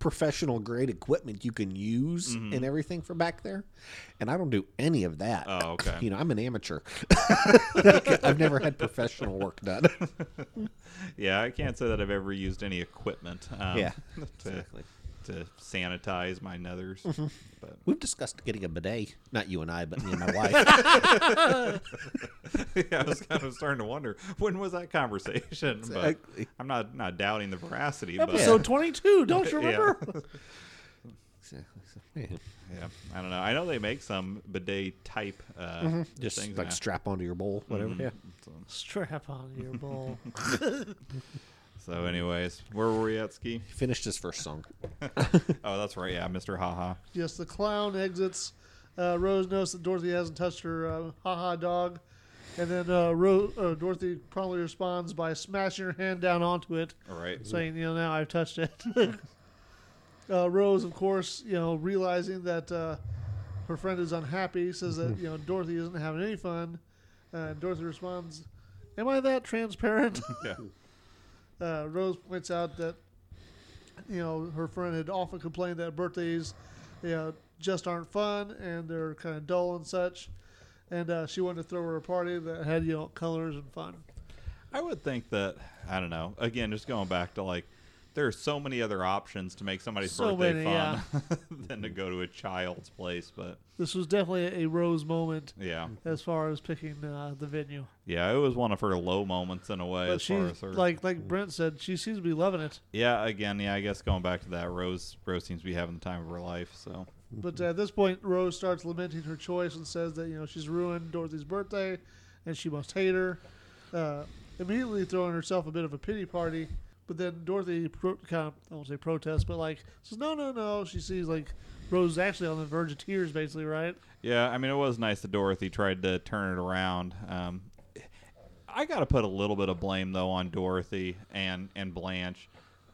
B: professional grade equipment you can use
A: Mm-hmm.
B: and everything for back there. And I don't do any of that.
A: Oh, okay.
B: You know, I'm an amateur. I've never had professional work done.
A: yeah, I can't say that I've ever used any equipment. Um,
B: Yeah,
A: to, to sanitize my nethers.
B: Mm-hmm.
A: But
B: We've discussed getting a bidet. Not you and I, but me and my wife.
A: yeah, I was kind of starting to wonder when was that conversation. But
B: Exactly.
A: I'm not not doubting the veracity.
C: Episode 22, don't you
A: Yeah.
C: remember?
A: But yeah, I don't know. I know they make some bidet type uh,
B: Just
A: things Mm-hmm.
B: like
A: now.
B: strap onto your bowl, whatever. Yeah.
A: So,
C: Strap on your bowl.
A: so anyways, where were we at, Ski?
B: He finished his first song.
A: Oh, that's right. Yeah, Mr. Haha.
C: Yes, the clown exits. Uh, Rose knows that Dorothy hasn't touched her uh, haha dog. And then uh, Ro- uh, Dorothy promptly responds by smashing her hand down onto it,
A: All right.
C: saying, you know, now I've touched it. uh, Rose, of course, you know, realizing that uh, her friend is unhappy, says that, you know, Dorothy isn't having any fun. Uh, Dorothy responds, Am I that transparent?
A: yeah.
C: uh, Rose points out that you know her friend had often complained that birthdays, you know, just aren't fun and they're kind of dull and such, and uh, she wanted to throw her a party that had you know colors and fun.
A: I would think that I don't know. Again, just going back to like there are so many other options to make somebody's
C: So
A: birthday
C: many,
A: fun than to go to a child's place. But
C: This was definitely a Rose moment
A: yeah,
C: as far as picking uh, the venue.
A: yeah, it was one of her low moments in a way
C: But
A: as
C: she,
A: far as her. Mm.
C: like like Brent said, she seems to be loving it.
A: yeah, again, yeah, I guess going back to that, Rose Rose seems to be having the time of her life. So Mm-hmm.
C: But at this point, Rose starts lamenting her choice and says that you know she's ruined Dorothy's birthday, and she must hate her. Uh, immediately throwing herself a bit of a pity party, but then Dorothy pro- kind of I won't say protest, but like says no, no, no. She sees like Rose is actually on the verge of tears, basically, right?
A: yeah, I mean, it was nice that Dorothy tried to turn it around. Um, I got to put a little bit of blame though on Dorothy and and Blanche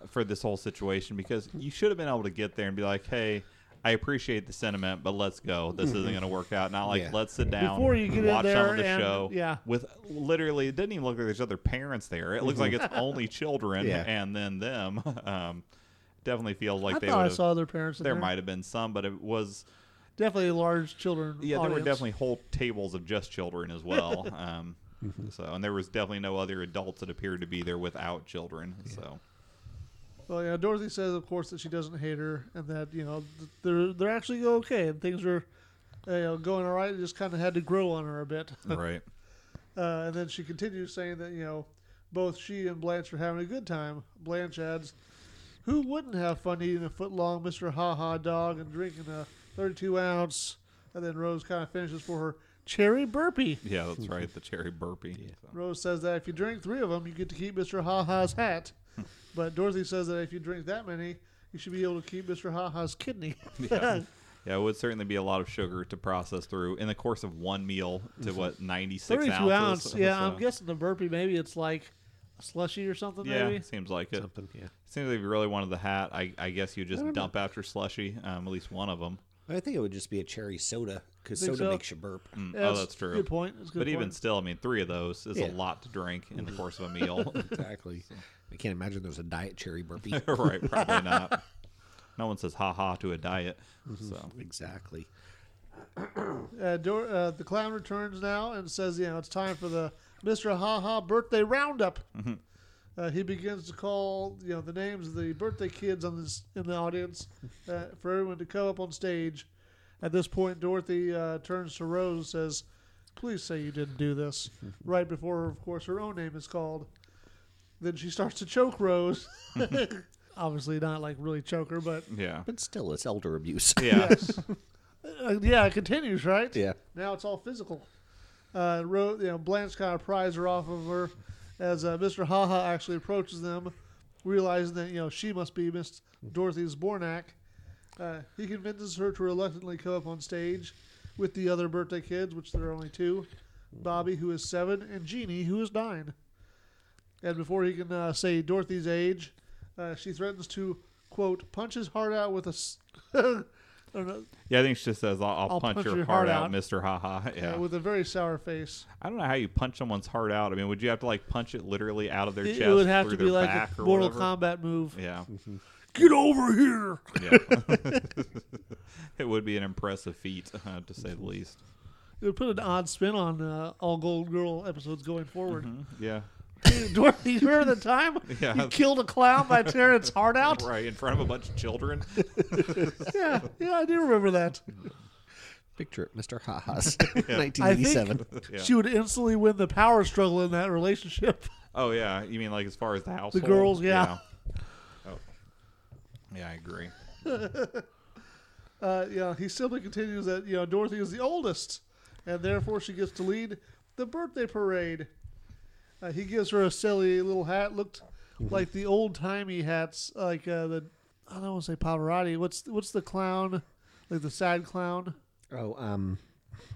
A: for this whole situation because you should have been able to get there and be like, "Hey, I appreciate the sentiment, but let's go. This isn't going to work out." Not like
B: Yeah.
A: let's sit down
C: Before you get in
A: watch some
C: there
A: of the
C: and-
A: show.
C: yeah.
A: with literally, it didn't even look like there's other parents there. It looks like it's only children
B: Mm-hmm. Yeah.
A: and then them. Um, definitely feels like
C: I
A: they
C: thought I
A: would.
C: saw
A: have-
C: their parents. In
A: There
C: there,
A: might have been some, but it was
C: definitely large children.
A: yeah, there were
C: audience.
A: definitely whole tables of just children as well. Um, So, and there was definitely no other adults that appeared to be there without children. So,
C: Well, yeah, Dorothy says, of course, that she doesn't hate her, and that you know th- they're they're actually okay, and things are you know, going all right. It just kind of had to grow on her a bit.
A: right,
C: Uh, and then she continues saying that, you know, both she and Blanche are having a good time. Blanche adds, Who wouldn't have fun eating a foot long Mr. Ha Ha dog and drinking a 32 ounce? And then Rose kind of finishes for her cherry burpee.
A: yeah, that's right. The cherry burpee. So.
C: Rose says that if you drink three of them, you get to keep Mr. Ha Ha's hat. but Dorothy says that if you drink that many, you should be able to keep Mr. Ha Ha's kidney.
A: Yeah. yeah, it would certainly be a lot of sugar to process through in the course of one meal to what ninety six
C: 32
A: ounces.
C: ounce. Yeah,
A: So-
C: I'm guessing the burpee, maybe it's like a slushy or something,
A: Yeah,
C: maybe.
A: seems like it.
B: Something, yeah.
A: Seems like if you really wanted the hat, I, I guess you just dump after slushy, um, at least one of them.
B: I think it would just be a cherry soda because
C: Think
B: soda
C: so?
B: makes you burp.
A: oh, that's true.
C: Good point. That's a good
A: but even
C: point.
A: still, I mean, three of those is
B: Yeah.
A: a lot to drink in the course of a meal.
B: Exactly. I can't imagine there's a diet cherry burpee.
A: right, probably not. No one says ha ha to a diet. So
B: exactly.
C: Uh, Dor- uh, the clown returns now and says, you know, it's time for the Mr. Ha Ha birthday roundup. Uh, he begins to call, you know, the names of the birthday kids on this in the audience uh, for everyone to come up on stage. At this point, Dorothy uh, turns to Rose and says, "Please say you didn't do this." right before, of course, her own name is called. Then she starts to choke Rose. Obviously, not like really choke her, but
A: yeah,
B: But still, it's elder abuse.
A: yeah,
C: uh, yeah, it continues, right?
B: Yeah.
C: Now it's all physical. Uh, Ro- you know, Blanche kind of pries her off of her as uh, Mr. Haha actually approaches them, realizing that you know she must be Miss Dorothy's Bornak. Uh, he convinces her to reluctantly come up on stage with the other birthday kids, which there are only two: Bobby, who is seven, and Jeannie, who is nine. And before he can uh, say Dorothy's age, uh, she threatens to quote punch his heart out with a s- or no,
A: Yeah, I think she just says, "I'll, I'll punch, your, heart, out,
C: out."
A: Mister Haha." Yeah,
C: with a very sour face.
A: I don't know how you punch someone's heart out. I mean, would you have to like punch it literally out of their
C: It,
A: chest?
C: it would have
A: through
C: to be
A: their
C: like
A: back
C: a
A: or
C: Mortal
A: whatever?
C: Kombat move.
A: Yeah,
C: Get over here!
A: yeah. it would be an impressive feat, uh, to say the least.
C: It would put an odd spin on uh, all Gold Girl episodes going forward.
A: Yeah,
C: Dorothy, you remember the time
A: Mm-hmm. Yeah.
C: you killed a clown by tearing its heart out?
A: right in front of a bunch of children.
C: Yeah, yeah, I do remember that.
B: Picture it, Mr. Haas,
C: I think
B: 1987.
A: Yeah.
C: she would instantly win the power struggle in that relationship.
A: Oh yeah, you mean like as far as the house?
C: girls, yeah.
A: Oh. Yeah, I agree.
C: Uh, yeah, he simply continues that you know Dorothy is the oldest, and therefore she gets to lead the birthday parade. Uh, he gives her a silly little hat, looked
B: Mm-hmm.
C: like the old timey hats, like uh, the I don't want to say Pavarotti. What's what's the clown, like the sad clown?
B: Oh, um,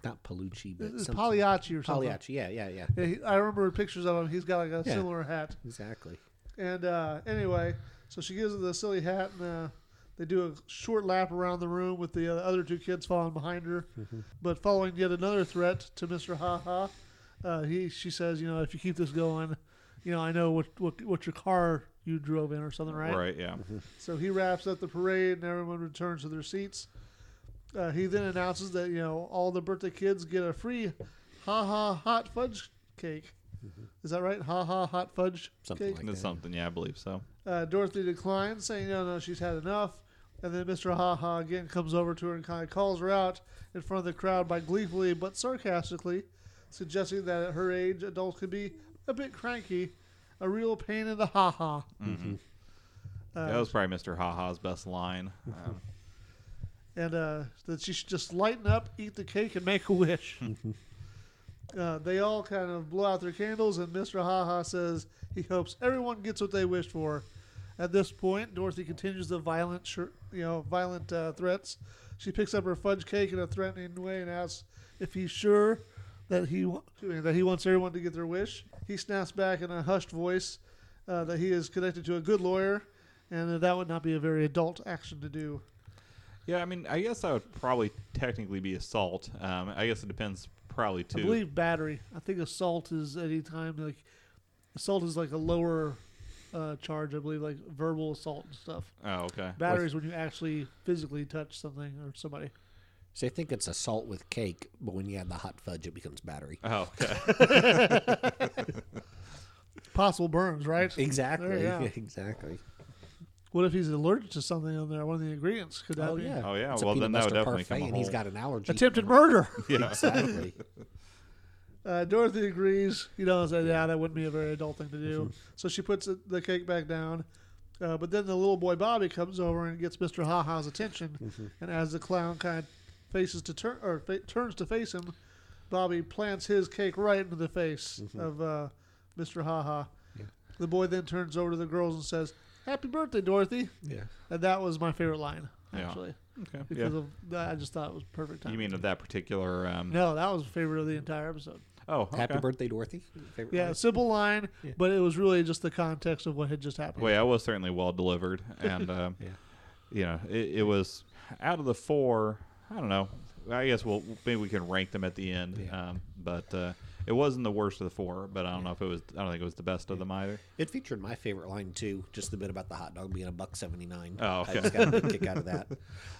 B: not Palucci, but
C: It's
B: something-
C: Pagliacci or something.
B: Pagliacci, yeah, yeah, yeah.
C: Yeah, he, I remember pictures of him. He's got like a
B: Yeah.
C: similar hat.
B: Exactly.
C: And uh, anyway, so she gives her the silly hat, and uh, they do a short lap around the room with the uh, other two kids following behind her.
B: Mm-hmm.
C: But following yet another threat to Mister Ha Ha, uh, he she says, you know, if you keep this going, you know, I know what what, what your car you drove in or something, right?
A: Right. yeah.
C: So he wraps up the parade, and everyone returns to their seats. Uh, he then announces that you know all the birthday kids get a free Ha Ha hot fudge cake. Is that right? Ha Ha hot fudge
B: Mm-hmm. Something
C: cake.
B: like
A: That's something. Yeah, I believe so.
C: Uh, Dorothy declines, saying, no, no, she's had enough. And then Mr. Ha Ha again comes over to her and kind of calls her out in front of the crowd by gleefully but sarcastically suggesting that at her age, adults could be a bit cranky, a real pain in the ha ha. Uh,
A: that was probably Mister Haha's best line. Um,
C: and uh, that she should just lighten up, eat the cake, and make a wish. uh, they all kind of blow out their candles, and Mr. Haha says he hopes everyone gets what they wish for. At this point, Dorothy continues the violent, shir- you know, violent uh, threats. She picks up her fudge cake in a threatening way and asks if he's sure that he wa- excuse me, that he wants everyone to get their wish. He snaps back in a hushed voice uh, that he is connected to a good lawyer, and that, that would not be a very adult action to do.
A: yeah, I mean, I guess that would probably technically be assault. Um, I guess it depends probably too.
C: I believe battery. I think assault is any time like assault is like a lower uh, charge. I believe like verbal assault and stuff.
A: oh, okay.
C: Battery is when you actually physically touch something or somebody.
B: So I think it's assault with cake, but when you add the hot fudge, it becomes battery.
A: Oh, okay.
C: Possible burns, right?
B: Exactly.
C: yeah.
B: Exactly.
C: What if he's allergic to something on there? One of the ingredients could that
B: Oh
C: be
B: yeah.
A: Oh, yeah,
B: It's a
A: well, then
B: peanut
A: that would
B: butter
A: definitely
B: parfait,
A: come a
B: and he's
A: whole-
B: got an allergy.
C: attempted murder?
B: Exactly.
C: Uh, Dorothy agrees. You know, said, yeah, that wouldn't be a very adult thing to
A: Mm-hmm.
C: do. so she puts the- the cake back down. Uh, but then the little boy Bobby comes over and gets Mr. Ha Ha's attention.
A: Mm-hmm.
C: And as the clown kind of faces to turn or fa- turns to face him, Bobby plants his cake right into the face
A: Mm-hmm.
C: of uh, Mr. Ha Ha. The boy then turns over to the girls and says, "Happy birthday, Dorothy."
B: yeah.
C: And that was my favorite line
A: Yeah.
C: actually
A: okay. Yeah.
C: because of that, I just thought it was perfect time.
A: You mean of that particular? Um,
C: no? That was favorite of the entire episode.
A: Oh, okay.
B: Happy birthday, Dorothy. Favorite
C: Yeah,
B: line?
C: a simple line, but it was really just the context of what had just happened.
A: Well, yeah, it was certainly well delivered, and um,
B: Yeah.
A: you know, it, it was out of the four. I don't know. I guess we'll maybe we can rank them at the end.
B: Yeah.
A: Um, but uh, it wasn't the worst of the four. But I don't know if it was. I don't think it was the best of them either.
B: It featured my favorite line too, just the bit about the hot dog being a buck seventy nine.
A: Oh, okay.
B: I just got a big kick out of that.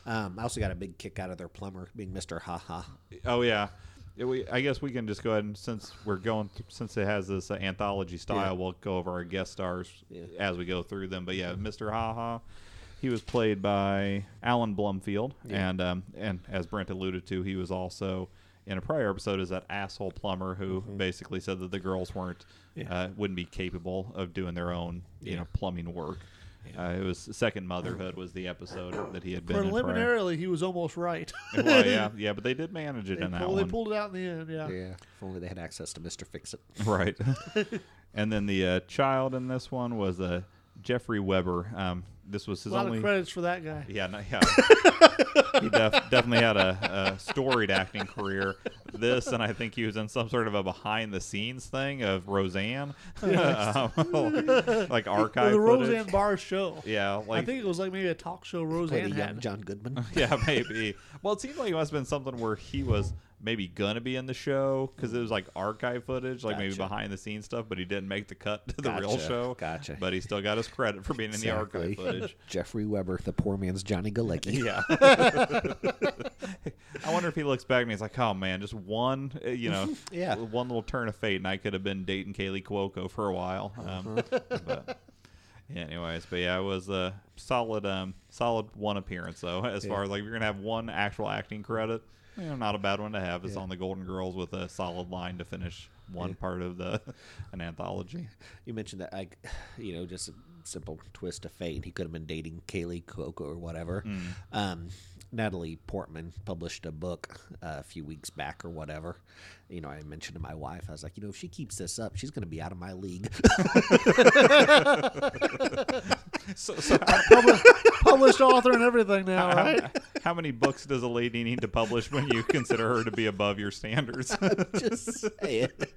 B: Um, I also got a big kick out of their plumber being Mister Ha Ha.
A: Oh yeah. Yeah, we, I guess we can just go ahead and since we're going th- since it has this uh, anthology style,
B: Yeah.
A: we'll go over our guest stars
B: Yeah.
A: as we go through them. But yeah, Mr. Haha, he was played by Alan Blumfield, and um, and as Brent alluded to, he was also in a prior episode as that asshole plumber who
C: Mm-hmm.
A: basically said that the girls weren't uh, wouldn't be capable of doing their own you know plumbing work. Uh, it was second motherhood was the episode that he had been in prior.
C: Preliminarily, he was almost right.
A: well, yeah, yeah, but they did manage it
C: they,
A: in that
C: pulled, they
A: one.
C: pulled it out in the end. Yeah.
B: If only they had access to Mister Fix It.
A: Right. and then the uh, child in this one was uh, Jeffrey Weber. Um, this was
C: A
A: his
C: lot
A: only.
C: of credits for that guy.
A: Yeah, no, yeah. he def- definitely had a, a storied acting career. This, and I think he was in some sort of a behind-the-scenes thing of Roseanne, um, like archive footage.
C: the Roseanne Barr show.
A: Yeah, like
C: I think it was like maybe a talk show
B: Played
C: Roseanne
B: a young
C: had.
B: John Goodman.
A: yeah, maybe. Well, it seemed like it must have been something where he was maybe gonna be in the show because it was like archive footage, like maybe
B: Gotcha.
A: behind the scenes stuff, but he didn't make the cut to the real
B: Gotcha,
A: show.
B: gotcha.
A: But he still got his credit for being in the archive
B: Exactly.
A: footage.
B: Jeffrey Weber, the poor man's Johnny Galecki.
A: Yeah. I wonder if he looks back and he's like, "Oh man, just one, uh, you know,
B: Yeah.
A: one little turn of fate, and I could have been dating Kaylee Cuoco for a while." Um, but anyways, but yeah, it was a solid, um, solid one appearance though. As far as like, if you're gonna have one actual acting credit, you know, not a bad one to have. It's on the Golden Girls with a solid line to finish one part of the an anthology.
B: You mentioned that I, you know, just a simple twist of fate. He could have been dating Kaylee Cuoco or whatever.
A: Mm.
B: Um, Natalie Portman published a book uh, a few weeks back or whatever. You know, I mentioned to my wife, I was like, you know, if she keeps this up, she's going to be out of my league.
A: So, so
C: Published author and everything now,
A: how,
C: right?
A: how many books does a lady need to publish when you consider her to be above your standards?
B: just say it.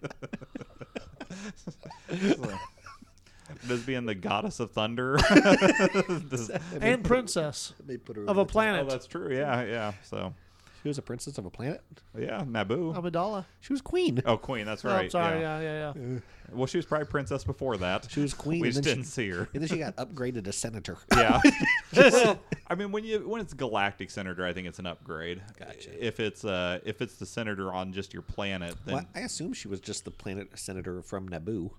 A: Does being the goddess of thunder? Does-
C: And princess
B: They put her
C: of a
B: over the top.
A: oh,
C: planet.
A: that's true. Yeah, yeah. So,
B: She was a princess of a planet.
A: yeah, Naboo.
C: Amidala.
B: She was queen.
A: Oh, Queen. That's
C: Oh,
A: right.
C: I'm sorry.
A: yeah.
C: Yeah, yeah, yeah.
A: Well, she was probably princess before that.
B: uh, She was queen.
A: We
B: and
A: just
B: then
A: didn't
B: she,
A: see her.
B: and then she got upgraded to senator.
A: Yeah. well, I mean, when you when it's galactic senator, I think it's an upgrade.
B: Gotcha.
A: If it's uh if it's the senator on just your planet, then
B: Well, I assume she was just the planet senator from Naboo.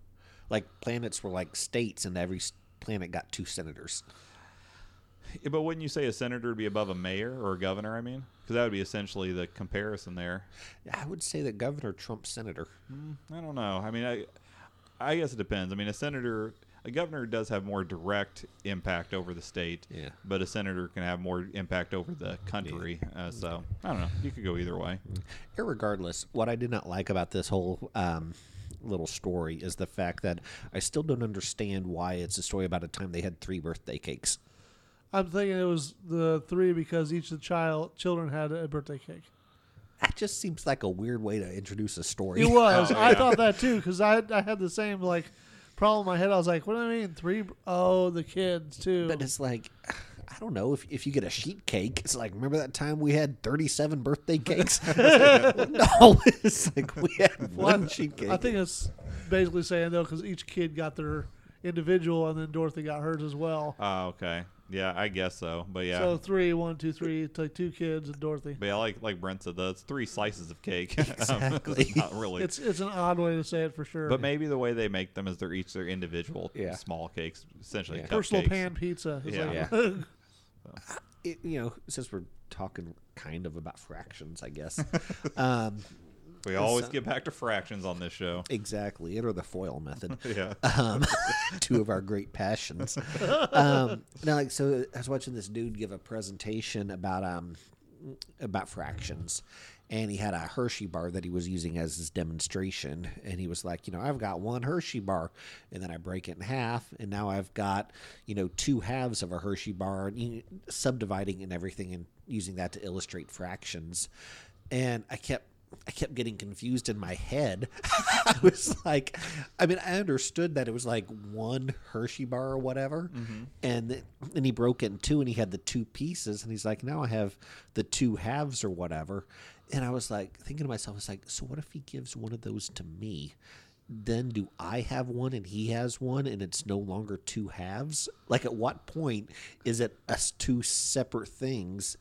B: Like planets were like states, and every s- planet got two senators.
A: Yeah, But wouldn't you say a senator would be above a mayor or a governor? I mean, because that would be essentially the comparison there.
B: I would say that Governor Trump's senator.
A: I don't know. I mean, I, I guess it depends. I mean, a senator, a governor does have more direct impact over the state.
B: Yeah.
A: But a senator can have more impact over the country. Uh, so I don't know. You could go either way.
B: Mm-hmm. Irregardless, what I did not like about this whole um, little story is the fact that I still don't understand why it's a story about a time they had three birthday cakes.
C: I'm thinking it was the three because each of the child children had a birthday cake.
B: That just seems like a weird way to introduce a story.
C: It was.
A: Oh,
C: I
A: yeah.
C: thought that too because I I had the same like problem in my head. I was like, what do I mean three? br- Oh, the kids too.
B: But it's like, I don't know if, if you get a sheet cake, it's like remember that time we had thirty seven birthday cakes. It's like, no, it's like we had
C: Well, I-
B: one sheet cake.
C: I think it's basically saying though because each kid got their individual and then Dorothy got hers as well.
A: Oh, okay. Yeah, I guess so. But yeah.
C: So three, one, two, three, to two kids and Dorothy.
A: but yeah, like like Brent said, that's three slices of cake. Um,
B: Exactly.
A: not really.
C: It's it's an odd way to say it for sure.
A: but maybe the way they make them is they're each their individual
B: Yeah.
A: small cakes, essentially
B: Yeah.
C: personal
A: cupcakes.
C: pan pizza. It's
A: Yeah.
C: like-
B: it, you know, since we're talking kind of about fractions, I guess. um,
A: We
B: uh,
A: always get back to fractions on this show.
B: exactly, it or the foil method.
A: Yeah.
B: um, two of our great passions. Um, now, like, so I was watching this dude give a presentation about um, about fractions, and he had a Hershey bar that he was using as his demonstration, and he was like, you know, I've got one Hershey bar, and then I break it in half, and now I've got you know two halves of a Hershey bar, and you, subdividing and everything, and using that to illustrate fractions, and I kept I kept getting confused in my head. I was like, I mean, I understood that it was like one Hershey bar or whatever, and th- and he broke it in two, and he had the two pieces, and he's like, now I have the two halves or whatever, and I was like thinking to myself, it's like, so what if he gives one of those to me? Then do I have one and he has one, and it's no longer two halves? Like, at what point is it us two separate things?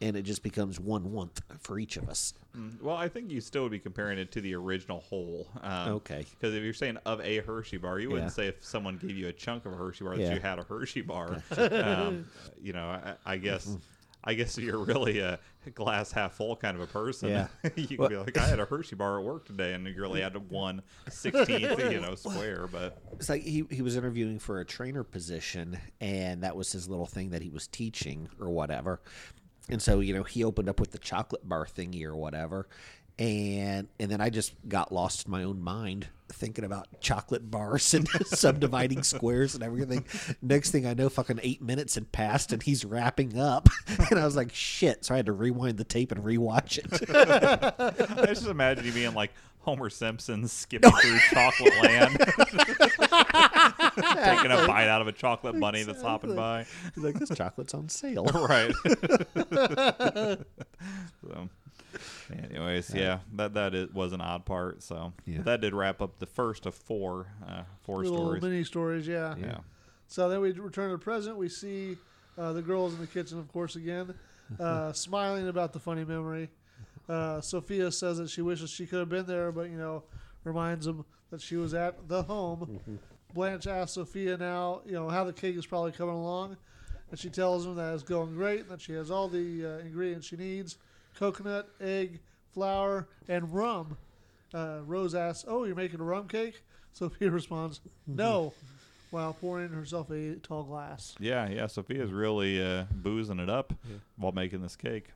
B: And it just becomes one one for each of us.
A: Well, I think you still would be comparing it to the original whole. Um,
B: Okay.
A: Because if you're saying of a Hershey bar, you wouldn't
B: Yeah.
A: say if someone gave you a chunk of a Hershey bar
B: Yeah.
A: that you had a Hershey bar. um, you know, I, I guess. I guess you're really a glass half full kind of a person.
B: Yeah.
A: you could
B: Well-
A: be like, I had a Hershey bar at work today, and you really had one sixteenth, you know, square. But
B: it's like he, he was interviewing for a trainer position and that was his little thing that he was teaching or whatever and so you know he opened up with the chocolate bar thingy or whatever and and then I just got lost in my own mind thinking about chocolate bars and subdividing squares and everything. Next thing I know, fucking eight minutes had passed and he's wrapping up, and I was like, shit. So I had to rewind the tape and rewatch it.
A: I just imagine you being like Homer Simpson skipping through chocolate land, taking a bite out of a chocolate bunny that's hopping by.
B: He's like, this chocolate's on sale.
A: Right. so, anyways, yeah, that that is, was an odd part. So
B: Yeah.
A: that did wrap up the first of four uh, four
C: Little
A: stories.
C: mini stories, yeah.
A: yeah.
C: So then we return to the present. We see uh, the girls in the kitchen, of course, again, uh, smiling about the funny memory. Uh, Sophia says that she wishes she could have been there, but, you know, reminds them that she was at the home. Blanche asks Sophia now, you know, how the cake is probably coming along. And she tells him that it's going great and that she has all the uh, ingredients she needs coconut, egg, flour, and rum. Uh, Rose asks, Oh, you're making a rum cake? Sophia responds, No, while pouring herself a tall glass.
A: Yeah, yeah. Sophia's really uh, boozing it up while making this cake.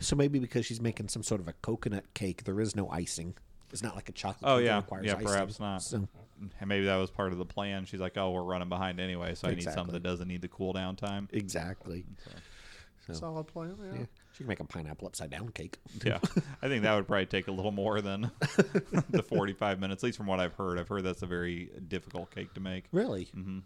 B: So maybe because she's making some sort of a coconut cake, there is no icing. It's not like a chocolate.
A: Oh
B: cake that
A: yeah,
B: requires
A: yeah.
B: icing.
A: Perhaps not.
B: So
A: And maybe that was part of the plan. She's like, "Oh, we're running behind anyway, so I need something
B: Exactly.
A: that doesn't need the cool down time."
B: exactly. No.
C: Solid plan, yeah.
B: Yeah. She can make a pineapple upside down cake.
A: Yeah, I think that would probably take a little more than the forty-five minutes, at least from what I've heard. I've heard that's a very difficult cake to make.
B: Really?
A: Mm-hmm.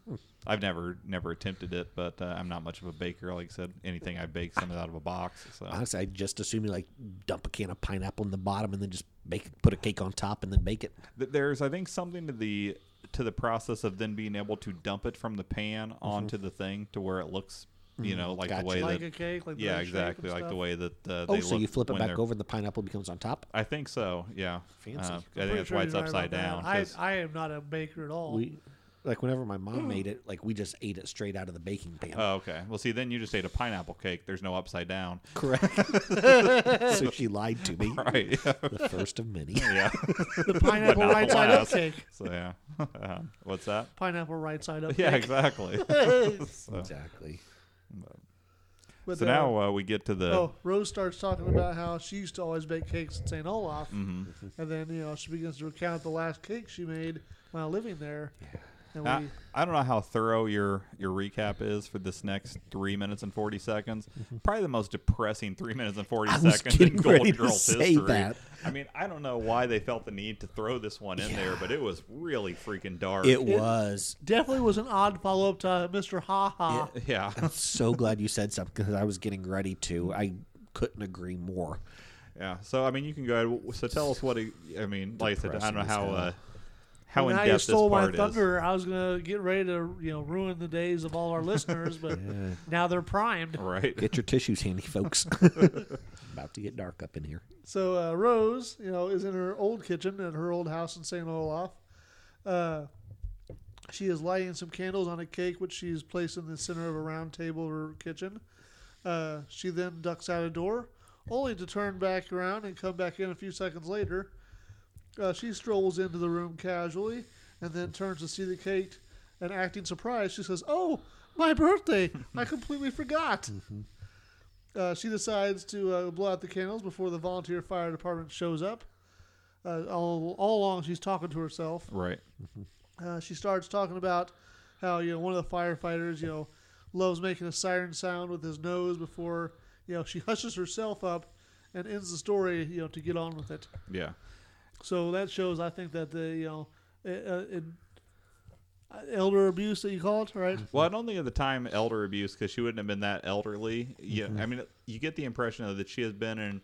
A: I've never never attempted it, but uh, I'm not much of a baker. Like I said, anything I bake comes out of a box. So
B: Honestly, I just assume you like dump a can of pineapple in the bottom and then just bake, put a cake on top and then bake it.
A: Th- there's I think something to the to the process of then being able to dump it from the pan onto the thing to where it looks, you know, like
B: Mm-hmm. Gotcha.
A: the way
C: Like
A: that
C: a cake, like the
A: yeah,
C: right shape and
A: exactly, like the
C: stuff.
A: way that uh,
B: Oh,
A: they
B: so
A: look
B: you flip it
A: when
B: back
A: they're-
B: over and the pineapple becomes on top.
A: I think so. Yeah,
B: Fancy.
A: Uh, I
B: I'm
A: think
C: Pretty
A: that's
C: sure
A: why
C: you're
A: it's
C: right
A: upside
C: about that.
A: down. 'cause-
C: I, I am not a baker at all.
B: We, like whenever my mom made it, like we just ate it straight out of the baking pan.
A: Oh, okay. Well, see, then you just ate a pineapple cake. There's no upside down.
B: Correct. so she lied to me.
A: Right.
B: The first of many.
A: yeah.
C: the pineapple
A: not the
C: right side up
A: last.
C: cake.
A: So yeah. Um, what's that?
C: Pineapple right side up
A: Yeah,
C: cake.
A: exactly. so,
B: Exactly.
C: But
A: so
C: then-
A: now uh, we get to the.
C: Oh, Rose starts talking about how she used to always bake cakes at St. Olaf.
A: Mm-hmm.
C: And then, you know, she begins to recount the last cake she made while living there. And we,
A: I, I don't know how thorough your your recap is for this next three minutes and forty seconds. Probably the most depressing three minutes and forty
B: Mm-hmm. I was
A: seconds in
B: getting
A: Gold
B: ready to
A: Girls
B: say
A: history.
B: that.
A: I mean, I don't know why they felt the need to throw this one in there, but it was really freaking dark.
B: It was.
C: definitely was an odd follow up to Mr. Ha Ha.
A: yeah.
B: so glad you said something because I was getting ready to. I couldn't agree more.
A: Yeah. So I mean, you can go ahead. So tell us what he, I mean. Like I said, I don't
B: Depressing
A: know
B: as
A: how
B: hell.
A: uh, how in
C: now you
A: depth this
C: stole my
A: part is.
C: thunder. I was gonna get ready to you know ruin the days of all our listeners, but now they're primed.
A: Right.
B: Get your tissues handy, folks. About to get dark up in here.
C: So uh, Rose, you know, is in her old kitchen at her old house in Saint Olaf. Uh, she is lighting some candles on a cake which she has placed in the center of a round table of her kitchen. Uh, she then ducks out a door, only to turn back around and come back in a few seconds later. Uh, she strolls into the room casually and then turns to see the cake and acting surprised, she says, Oh, my birthday! I completely forgot! Uh, she decides to uh, blow out the candles before the volunteer fire department shows up. Uh, all, all along, she's talking to herself.
A: Right.
C: Uh, she starts talking about how you know one of the firefighters you know loves making a siren sound with his nose before you know she hushes herself up and ends the story you know to get on with it.
A: Yeah.
C: So that shows, I think, that the you know, it, uh, it, uh, elder abuse that you call it, right?
A: Well, I don't think at the time elder abuse because she wouldn't have been that elderly. Yeah, I mean, you get the impression though, that she has been in.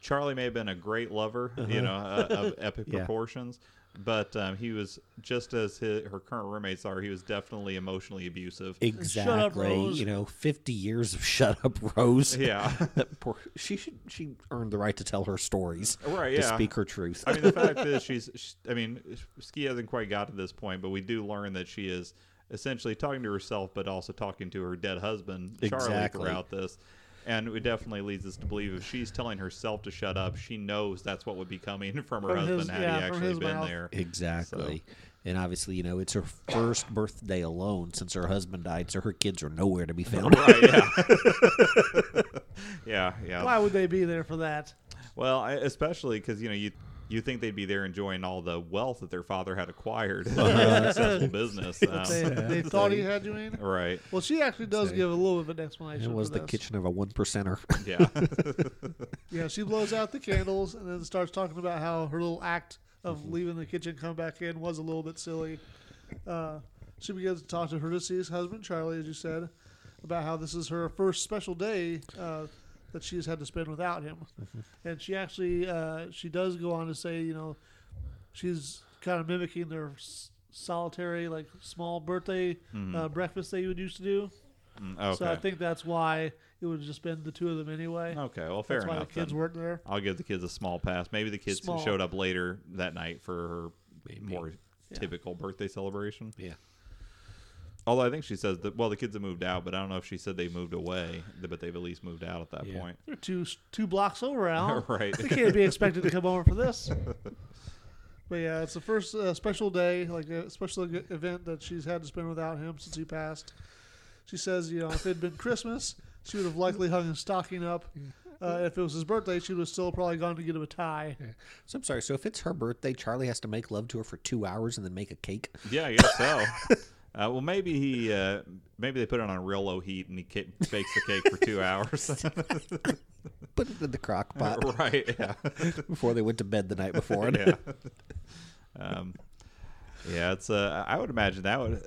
A: Charlie may have been a great lover, you know, uh, of epic
B: Yeah.
A: proportions, but um, he was just as his, her current roommates are. He was definitely emotionally abusive.
B: Exactly.
C: up, Rose.
B: You know, fifty years of shut up, Rose.
A: yeah,
B: That poor. She should. She earned the right to tell her stories.
A: Right,
B: To
A: yeah.
B: speak her truth.
A: I mean, the fact is, she's. sh I mean, Ski hasn't quite got to this point, but we do learn that she is essentially talking to herself, but also talking to her dead husband Charlie
B: Exactly.
A: throughout this. And it definitely leads us to believe if she's telling herself to shut up, she knows that's what would be coming from her
C: From
A: husband
C: his-
A: had he
C: yeah, from
A: actually
C: his
A: been
C: mouth.
A: there.
B: Exactly. And obviously, you know, it's her first birthday alone since her husband died, so her kids are nowhere to be found.
A: Right, yeah. yeah, yeah.
C: Why would they be there for that?
A: Well, I, especially because you know you you think they'd be there enjoying all the wealth that their father had acquired in a successful business,
C: They,
A: um,
C: they thought he had you in.
A: right?
C: Well, she actually does
B: Say.
C: give a little bit of an explanation.
B: It was
C: for
B: the
C: this.
B: kitchen of a one percenter.
A: Yeah, Mm,
C: Yeah, she blows out the candles and then starts talking about how her little act of
A: Mm-hmm.
C: leaving the kitchen, come back in, was a little bit silly. Uh, she begins to talk to her deceased husband, Charlie, as you said, about how this is her first special day uh, that she's had to spend without him.
A: Mm-hmm.
C: And she actually, uh, she does go on to say, you know, she's kind of mimicking their s- solitary, like, small birthday uh, breakfast they would used to do.
A: Mm, Mm-hmm. okay.
C: So I think that's why it would have just been the two of them anyway.
A: okay, well, fair
C: that's why
A: enough.
C: the kids
A: then.
C: weren't there.
A: I'll give the kids a small pass. Maybe the kids
C: Small.
A: showed up later that night for her more
C: Yeah.
A: typical birthday celebration.
B: yeah.
A: Although I think she says that well, the kids have moved out, but I don't know if she said they moved away, but they've at least moved out at that
B: Yeah.
A: point.
C: They're two two blocks over, Al.
A: Right.
C: They can't be expected to come over for this. But yeah, it's the first uh, special day, like a special e- event that she's had to spend without him since he passed. She says, you know, if it had been Christmas, she would have likely hung his stocking up. Uh, if it was his birthday, she would have still probably gone to get him a tie.
B: So I'm sorry. So if it's her birthday, Charlie has to make love to her for two hours and then make a cake.
A: Yeah, I guess so. Uh, well, maybe he, uh, maybe they put it on real low heat and he ca- bakes the cake for two hours.
B: Put it in the crock pot
A: right? Yeah.
B: before they went to bed the night before.
A: yeah. Um, yeah, it's. Uh, I would imagine that would.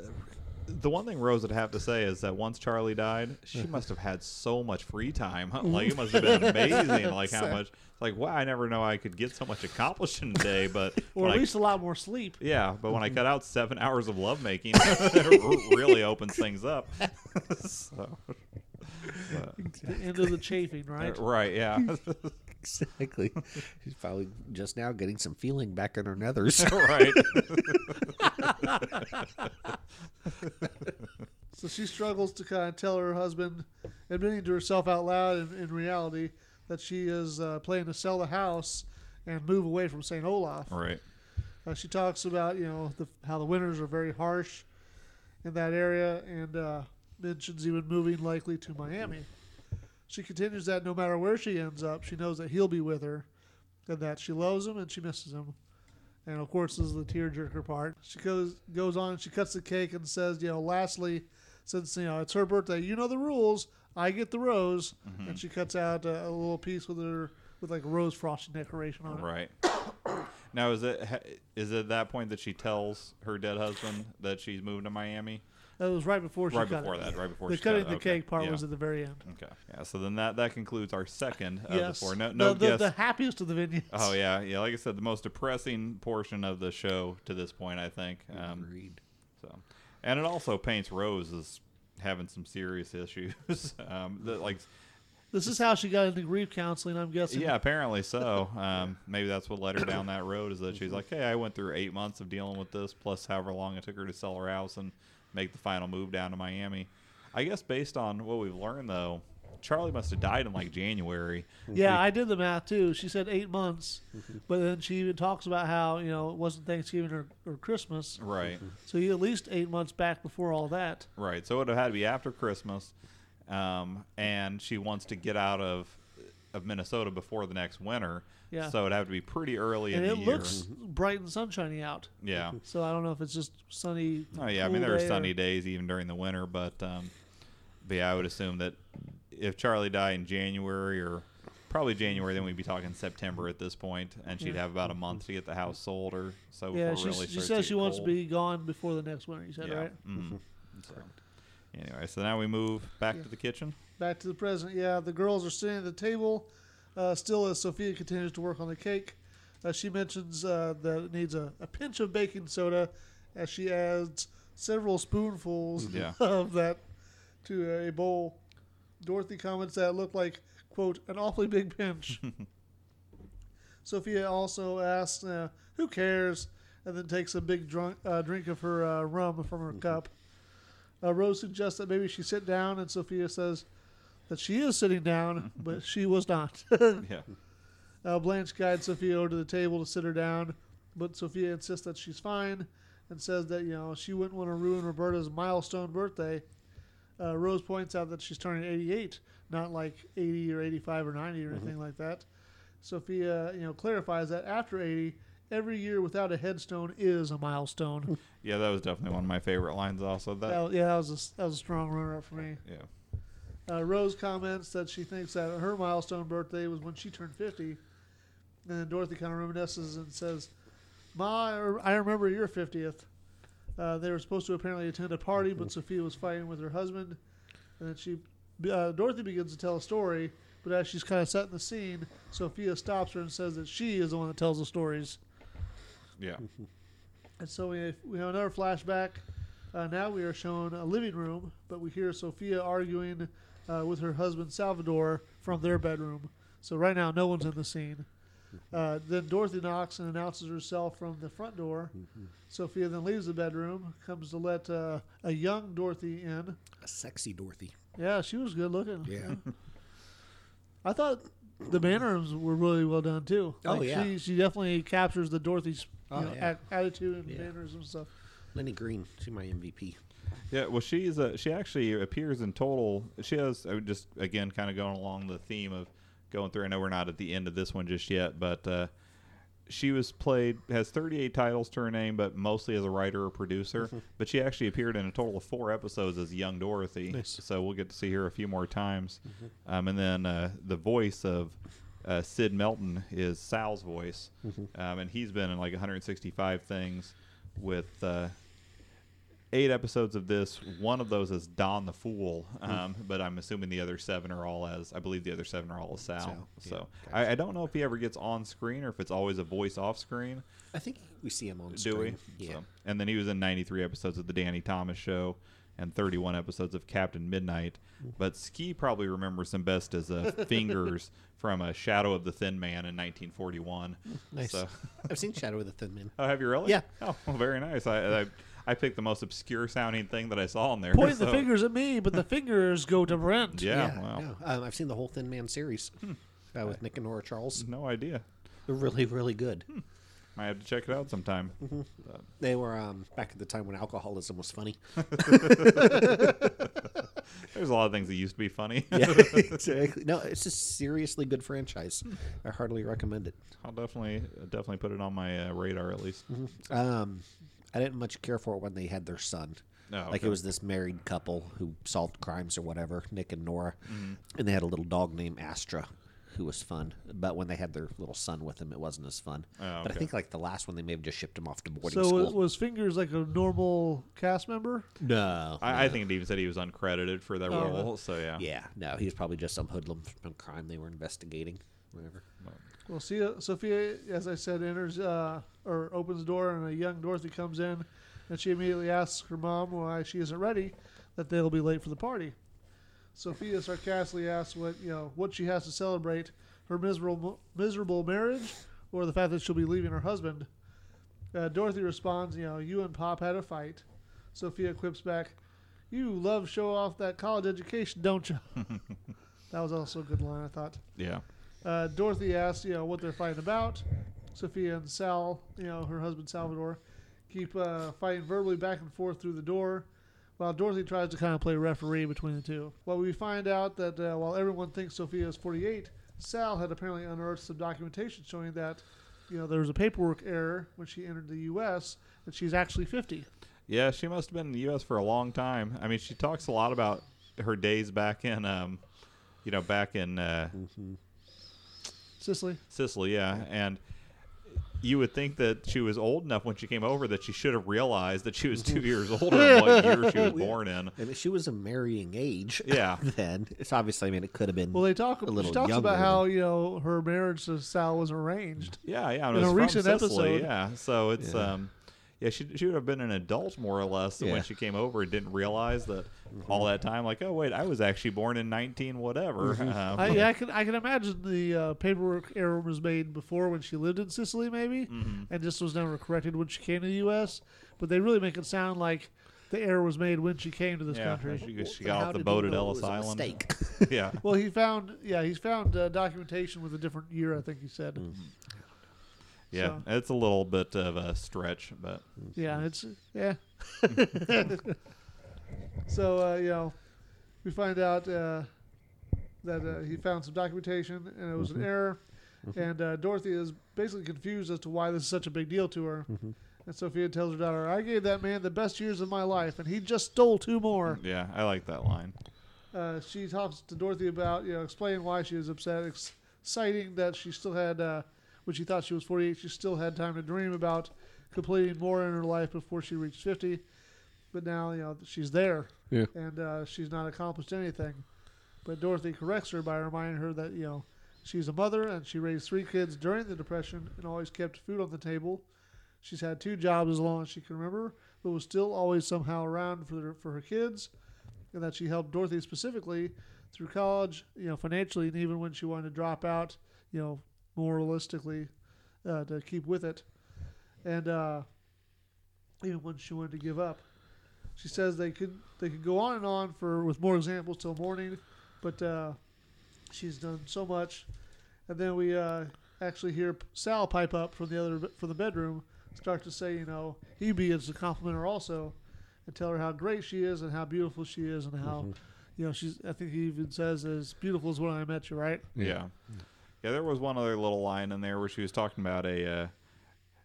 A: The one thing Rose would have to say is that once Charlie died, she must have had so much free time. Like it must have been amazing. Like how much. Like wow, I never know I could get so much accomplished in a day. But
C: Or
A: when
C: at
A: I-
C: least a lot more sleep.
A: yeah, but when I cut out seven hours of lovemaking, it really opens things up. so, but-
C: The end of the chafing, right?
A: right? Yeah.
B: Exactly. She's probably just now getting some feeling back in her nethers.
A: right.
C: So she struggles to kind of tell her husband, admitting to herself out loud in, in reality, that she is uh, planning to sell the house and move away from St. Olaf.
A: Right.
C: Uh, she talks about, you know, the, how the winters are very harsh in that area and uh, mentions even moving likely to Miami. She continues that no matter where she ends up, she knows that he'll be with her and that she loves him and she misses him. And of course, this is the tearjerker part. She goes goes on and she cuts the cake and says, you know, lastly, since you know it's her birthday, you know the rules. I get the rose, and she cuts out a, a little piece with her with like a rose frosting decoration on it.
A: Right. Now is it ha- is it at that point that she tells her dead husband that she's moving to Miami?
C: That was right before she
A: Right
C: cut
A: before
C: it.
A: that, right before
C: the
A: she cut
C: cutting
A: it,
C: the
A: okay,
C: cake part
A: yeah.
C: was at the very end.
A: Okay. Yeah. So then that that concludes our second of
C: yes,
A: the four. Oh, No, no
C: the, the,
A: guess.
C: the happiest of the vignettes.
A: Oh yeah, yeah. Like I said, the most depressing portion of the show to this point, I think. Um,
B: Agreed.
A: So, and it also paints Rose as having some serious issues. um, that, like,
C: This is how she got into grief counseling. I'm guessing.
A: yeah, apparently so. Um, maybe that's what led her down that road is that she's
C: Mm-hmm.
A: like, hey, I went through eight months of dealing with this, plus however long it took her to sell her house and make the final move down to Miami. I guess based on what we've learned though, Charlie must have died in like January.
C: Yeah, I did the math too. She said eight months, but then she even talks about how you know it wasn't Thanksgiving or, or Christmas,
A: Right.
C: so you at least eight months back before all that.
A: Right. So it would have had to be after Christmas, um, and she wants to get out of of Minnesota before the next winter.
C: Yeah.
A: So it'd have to be pretty early
C: and
A: in
C: it
A: the year.
C: looks bright and sunshiny out.
A: yeah.
C: So I don't know if it's just sunny.
A: Oh yeah. I mean,
C: cool
A: there are
C: day or-
A: sunny days even during the winter, but um, but yeah, I would assume that if Charlie died in January or probably January, then we'd be talking September at this point, and she'd
C: Yeah.
A: have about a month to get the house sold or so.
C: Yeah,
A: before
C: she,
A: it really
C: she
A: starts
C: says
A: to
C: she
A: get
C: wants to
A: cold.
C: be gone before the next winter. You said
A: Yeah.
C: right?
A: Mm. So, anyway, so now we move back to the kitchen.
C: Back to the present. Yeah, the girls are sitting at the table, uh, still as Sophia continues to work on the cake. Uh, she mentions uh, that it needs a, a pinch of baking soda as she adds several spoonfuls
A: Yeah.
C: of that to a bowl. Dorothy comments that it looked like, quote, an awfully big pinch. Sophia also asks, uh, who cares? And then takes a big drunk, uh, drink of her uh, rum from her cup. Uh, Rose suggests that maybe she sit down, and Sophia says that she is sitting down, but she was not.
A: Yeah.
C: uh, Blanche guides Sophia over to the table to sit her down, but Sophia insists that she's fine and says that, you know, she wouldn't want to ruin Roberta's milestone birthday. Uh, Rose points out that she's turning 88, not like 80 or 85 or 90 or anything like that. Sophia, you know, clarifies that after 80, every year without a headstone is a milestone.
A: Yeah, that was definitely one of my favorite lines. Also, that
C: That- yeah, that was a, that was a strong runner up for me.
A: yeah,
C: Uh, Rose comments that she thinks that her milestone birthday was when she turned 50. And then Dorothy kind of reminisces and says, Ma, I re- I remember your 50th. Uh, they were supposed to apparently attend a party, but Sophia was fighting with her husband. And then she, uh, Dorothy begins to tell a story, but as she's kind of setting the scene, Sophia stops her and says that she is the one that tells the stories.
A: yeah,
C: And so we have, we have another flashback. Uh, now we are shown a living room, but we hear Sophia arguing uh, with her husband Salvador from their bedroom. So right now, no one's in the scene. Uh, then Dorothy knocks and announces herself from the front door.
D: Mm-hmm.
C: Sophia then leaves the bedroom, comes to let uh, a young Dorothy in.
D: A sexy Dorothy.
C: Yeah, she was good looking.
D: Yeah.
C: I thought the mannerisms were really well done too.
D: Oh, yeah.
C: she, she definitely captures the Dorothy's you
D: Oh,
C: know,
D: yeah.
C: a- attitude and
D: Yeah.
C: mannerisms and stuff.
D: Lenny Green, she's my MVP.
A: yeah. Well, she's uh, she actually appears in total. She has uh, just again kind of going along the theme of going through. I know we're not at the end of this one just yet, but uh, she was played has 38 titles to her name, but mostly as a writer or producer. But she actually appeared in a total of four episodes as young Dorothy. So we'll get to see her a few more times. Um, and then uh, the voice of uh, Sid Melton is Sal's voice, um, and he's been in like 165 things with. Uh, Eight episodes of this. One of those is Don the Fool, um,
D: Mm.
A: but I'm assuming the other seven are all as I believe the other seven are all as Sal.
D: Sal, yeah,
A: So I, I don't know if he ever gets on screen or if it's always a voice off screen.
D: I think we see him on
A: Do we?
D: screen. Yeah.
A: So- and then he was in 93 episodes of the Danny Thomas Show and 31 episodes of Captain Midnight. But Ski probably remembers him best as uh, Fingers from a Shadow of the Thin Man in 1941.
D: Nice.
A: So,
D: I've seen Shadow of the Thin Man.
A: oh, have you really?
D: Yeah.
A: Oh, well, very nice. I, I I picked the most obscure sounding thing that I saw on there.
C: Point the
A: so-
C: fingers at me, but the fingers go to Brent.
A: Yeah. wow. Hmm.
D: no, um, I've seen the whole Thin Man series uh, with Nick and Nora Charles.
A: No idea.
D: They're really, really good.
A: Hmm. Might have to check it out sometime.
D: They were um, back at the time when alcoholism was funny.
A: There's a lot of things that used to be funny.
D: Yeah, exactly. No, it's a seriously good franchise. I heartily recommend it.
A: I'll definitely definitely put it on my uh, radar at least.
D: Um, I didn't much care for it when they had their son.
A: Oh,
D: Like
A: okay.
D: it was this married couple who solved crimes or whatever, Nick and Nora,
A: Mm-hmm.
D: and they had a little dog named Astra, who was fun. But when they had their little son with them, it wasn't as fun.
A: Oh,
D: But I
A: okay.
D: think like the last one, they may have just shipped him off to boarding
C: So
D: school.
C: it was fingers like a normal cast member?
D: no,
A: I, I think it even said he was uncredited for that
C: Oh,
A: role. So yeah.
D: yeah, no, he was probably just some hoodlum from a crime they were investigating. Whatever.
C: Well, see, uh, Sophia, as I said, enters uh, or opens the door, and a young Dorothy comes in, and she immediately asks her mom why she isn't ready, that they'll be late for the party. Sophia sarcastically asks what you know what she has to celebrate: her miserable miserable marriage, or the fact that she'll be leaving her husband. Uh, Dorothy responds, "You know, you and Pop had a fight." Sophia quips back, "You love show off that college education, don't you?" that was also a good line, I thought.
A: Yeah.
C: Uh, Dorothy asks, you know, what they're fighting about. Sophia and Sal, you know, her husband Salvador, keep uh, fighting verbally back and forth through the door, while Dorothy tries to kind of play referee between the two. Well, we find out that uh, while everyone thinks Sophia is 48, Sal had apparently unearthed some documentation showing that, you know, there was a paperwork error when she entered the U.S. that she's actually 50.
A: Yeah, she must have been in the U.S. for a long time. I mean, she talks a lot about her days back in, um, you know, back in uh,
C: Cicely,
A: Sicily. Yeah, and you would think that she was old enough when she came over that she should have realized that she was two years older than what year she was born in.
D: I mean, she was a marrying age.
A: Yeah.
D: Then it's obviously. I mean, it could have been.
C: well, they talk.
D: A little
C: she talks
D: younger
C: about
D: than-
C: how you know her marriage to Sal was arranged.
A: Yeah, yeah. and it was
C: In a
A: from
C: recent
A: Sicily,
C: episode.
A: Yeah, so it's um, yeah, she she would have been an adult more or less
D: Yeah. Mm-hmm.
A: when she came over and didn't realize that all that time. Like, oh wait, I was actually born in nineteen whatever. Um,
C: Mm-hmm. I, yeah, I can I can imagine the uh, paperwork error was made before when she lived in Sicily, maybe,
A: Mm-hmm.
C: and just was never corrected when she came to the U.S. But they really make it sound like the error was made when she came to this
A: yeah,
C: country.
A: she, she
D: How
A: got
D: did
A: off the
D: they
A: boat at
D: know it
A: Ellis
D: was a
A: Island.
D: mistake?
A: yeah.
C: Well, he found yeah, he's found uh, documentation with a different year, I think he said.
A: Yeah, it's a little bit of a stretch, but
C: Yeah, it's yeah. so uh, you know, we find out uh, that uh, he found some documentation and it was an error, and uh, Dorothy is basically confused as to why this is such a big deal to her. And Sophia tells her daughter, "I gave that man the best years of my life, and he just stole two more."
A: Yeah, I like that line.
C: Uh, she talks to Dorothy about, you know, explaining why she was upset, ex- citing that she still had, uh, when she thought she was 48, she still had time to dream about completing more in her life before she reached 50. But now, you know, she's there,
D: Yeah.
C: and uh, she's not accomplished anything. But Dorothy corrects her by reminding her that, you know, she's a mother and she raised three kids during the Depression and always kept food on the table. She's had two jobs as long as she can remember, but was still always somehow around for, for her kids and that she helped Dorothy specifically through college, you know, financially, and even when she wanted to drop out, you know, moralistically, uh, to keep with it, and uh, even when she wanted to give up. She says they could they could go on and on for with more examples till morning, but uh, she's done so much, and then we uh, actually hear Sal pipe up from the other from the bedroom, start to say, you know, he begins to compliment her also and tell her how great she is and how beautiful she is and how you know she's i think he even says as beautiful as when i met you right
A: Yeah. yeah. there was one other little line in there where she was talking about a, uh,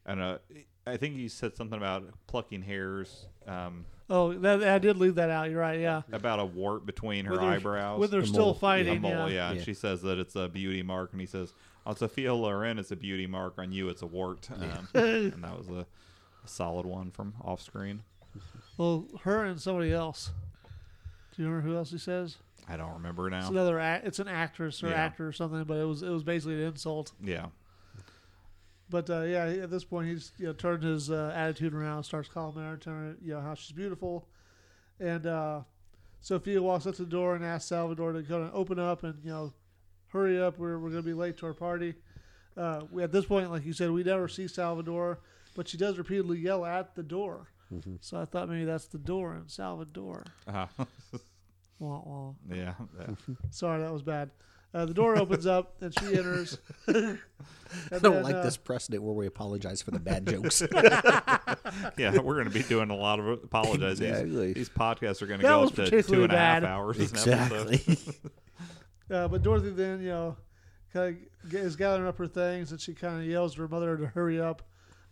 A: I don't know, I think he said something about plucking hairs, um,
C: oh that, i did leave that out you're right yeah
A: about a wart between her
C: When they're-
A: eyebrows.
C: when they're
D: The
C: still
D: mole.
A: a
C: fighting
A: mole, yeah.
C: yeah.
A: And she says that it's a beauty mark, and he says, "On Sophia Loren, it's a beauty mark. On you, it's a wart." Um, and that was a, a solid one from off screen.
C: well her and somebody else do you remember who else he says
A: I don't remember now.
C: it's another act it's an actress or
A: Yeah.
C: actor or something but it was it was basically an insult
A: yeah,
C: But uh, yeah, at this point, he's you know turned his uh, attitude around, starts calling her, telling her you know how she's beautiful, and uh, Sophia walks up to the door and asks Salvador to kind of open up and you know hurry up, we're we're gonna be late to our party. Uh, we, at this point, like you said, we never see Salvador, but she does repeatedly yell at the door.
B: Mm-hmm.
C: So I thought maybe that's the door in Salvador.
A: uh,
C: Wah, wah.
A: yeah, Uh, yeah.
C: Sorry, that was bad. Uh, the door opens up and she enters. uh,
B: I don't like this precedent where we apologize for the bad jokes.
A: yeah, we're going to be doing a lot of apologizing.
B: Exactly.
A: These podcasts are going to
C: That
A: go
C: was
A: up to two
C: particularly
A: and a half
C: bad.
A: hours an episode.
B: exactly.
C: Uh, but Dorothy then, you know, kind of is gathering up her things, and she kind of yells to her mother to hurry up.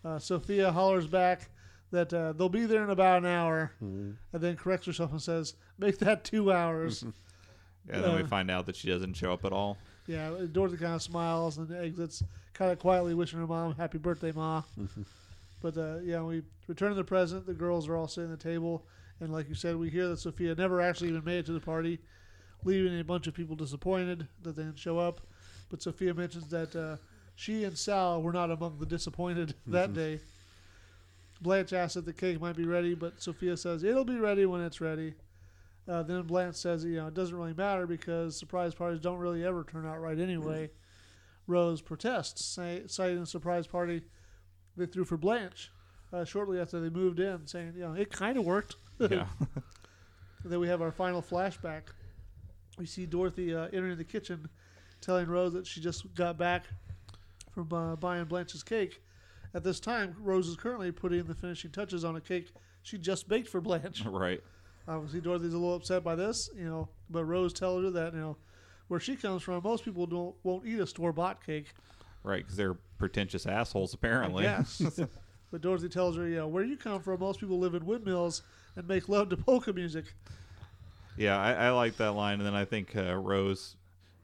C: Uh, Sophia hollers back that uh, they'll be there in about an hour, and then corrects herself and says, "Make that two hours."
A: And then we
C: Uh,
A: find out that she doesn't show up at all.
C: yeah, Dorothy kind of smiles and exits, kind of quietly wishing her mom happy birthday, ma. but uh, yeah, we return to the present. The girls are all sitting at the table, and like you said, we hear that Sophia never actually even made it to the party, leaving a bunch of people disappointed that they didn't show up. But Sophia mentions that uh, she and Sal were not among the disappointed that day. Blanche asks if the cake might be ready, but Sophia says it'll be ready when it's ready. Uh, then Blanche says, you know, it doesn't really matter because surprise parties don't really ever turn out right anyway. Rose protests, say, citing a surprise party they threw for Blanche uh, shortly after they moved in, saying, you know, it kind of worked.
A: Yeah,
C: And then we have our final flashback. We see Dorothy uh, entering the kitchen, telling Rose that she just got back from uh, buying Blanche's cake. At this time, Rose is currently putting the finishing touches on a cake she just baked for Blanche.
A: right.
C: Obviously, Dorothy's a little upset by this, you know. But Rose tells her that you know, where she comes from, most people don't won't eat a store bought cake.
A: Right, because they're pretentious assholes, apparently.
C: Yes. but Dorothy tells her, you know, where you come from, most people live in windmills and make love to polka music.
A: Yeah, I, I like that line, and then I think uh, Rose,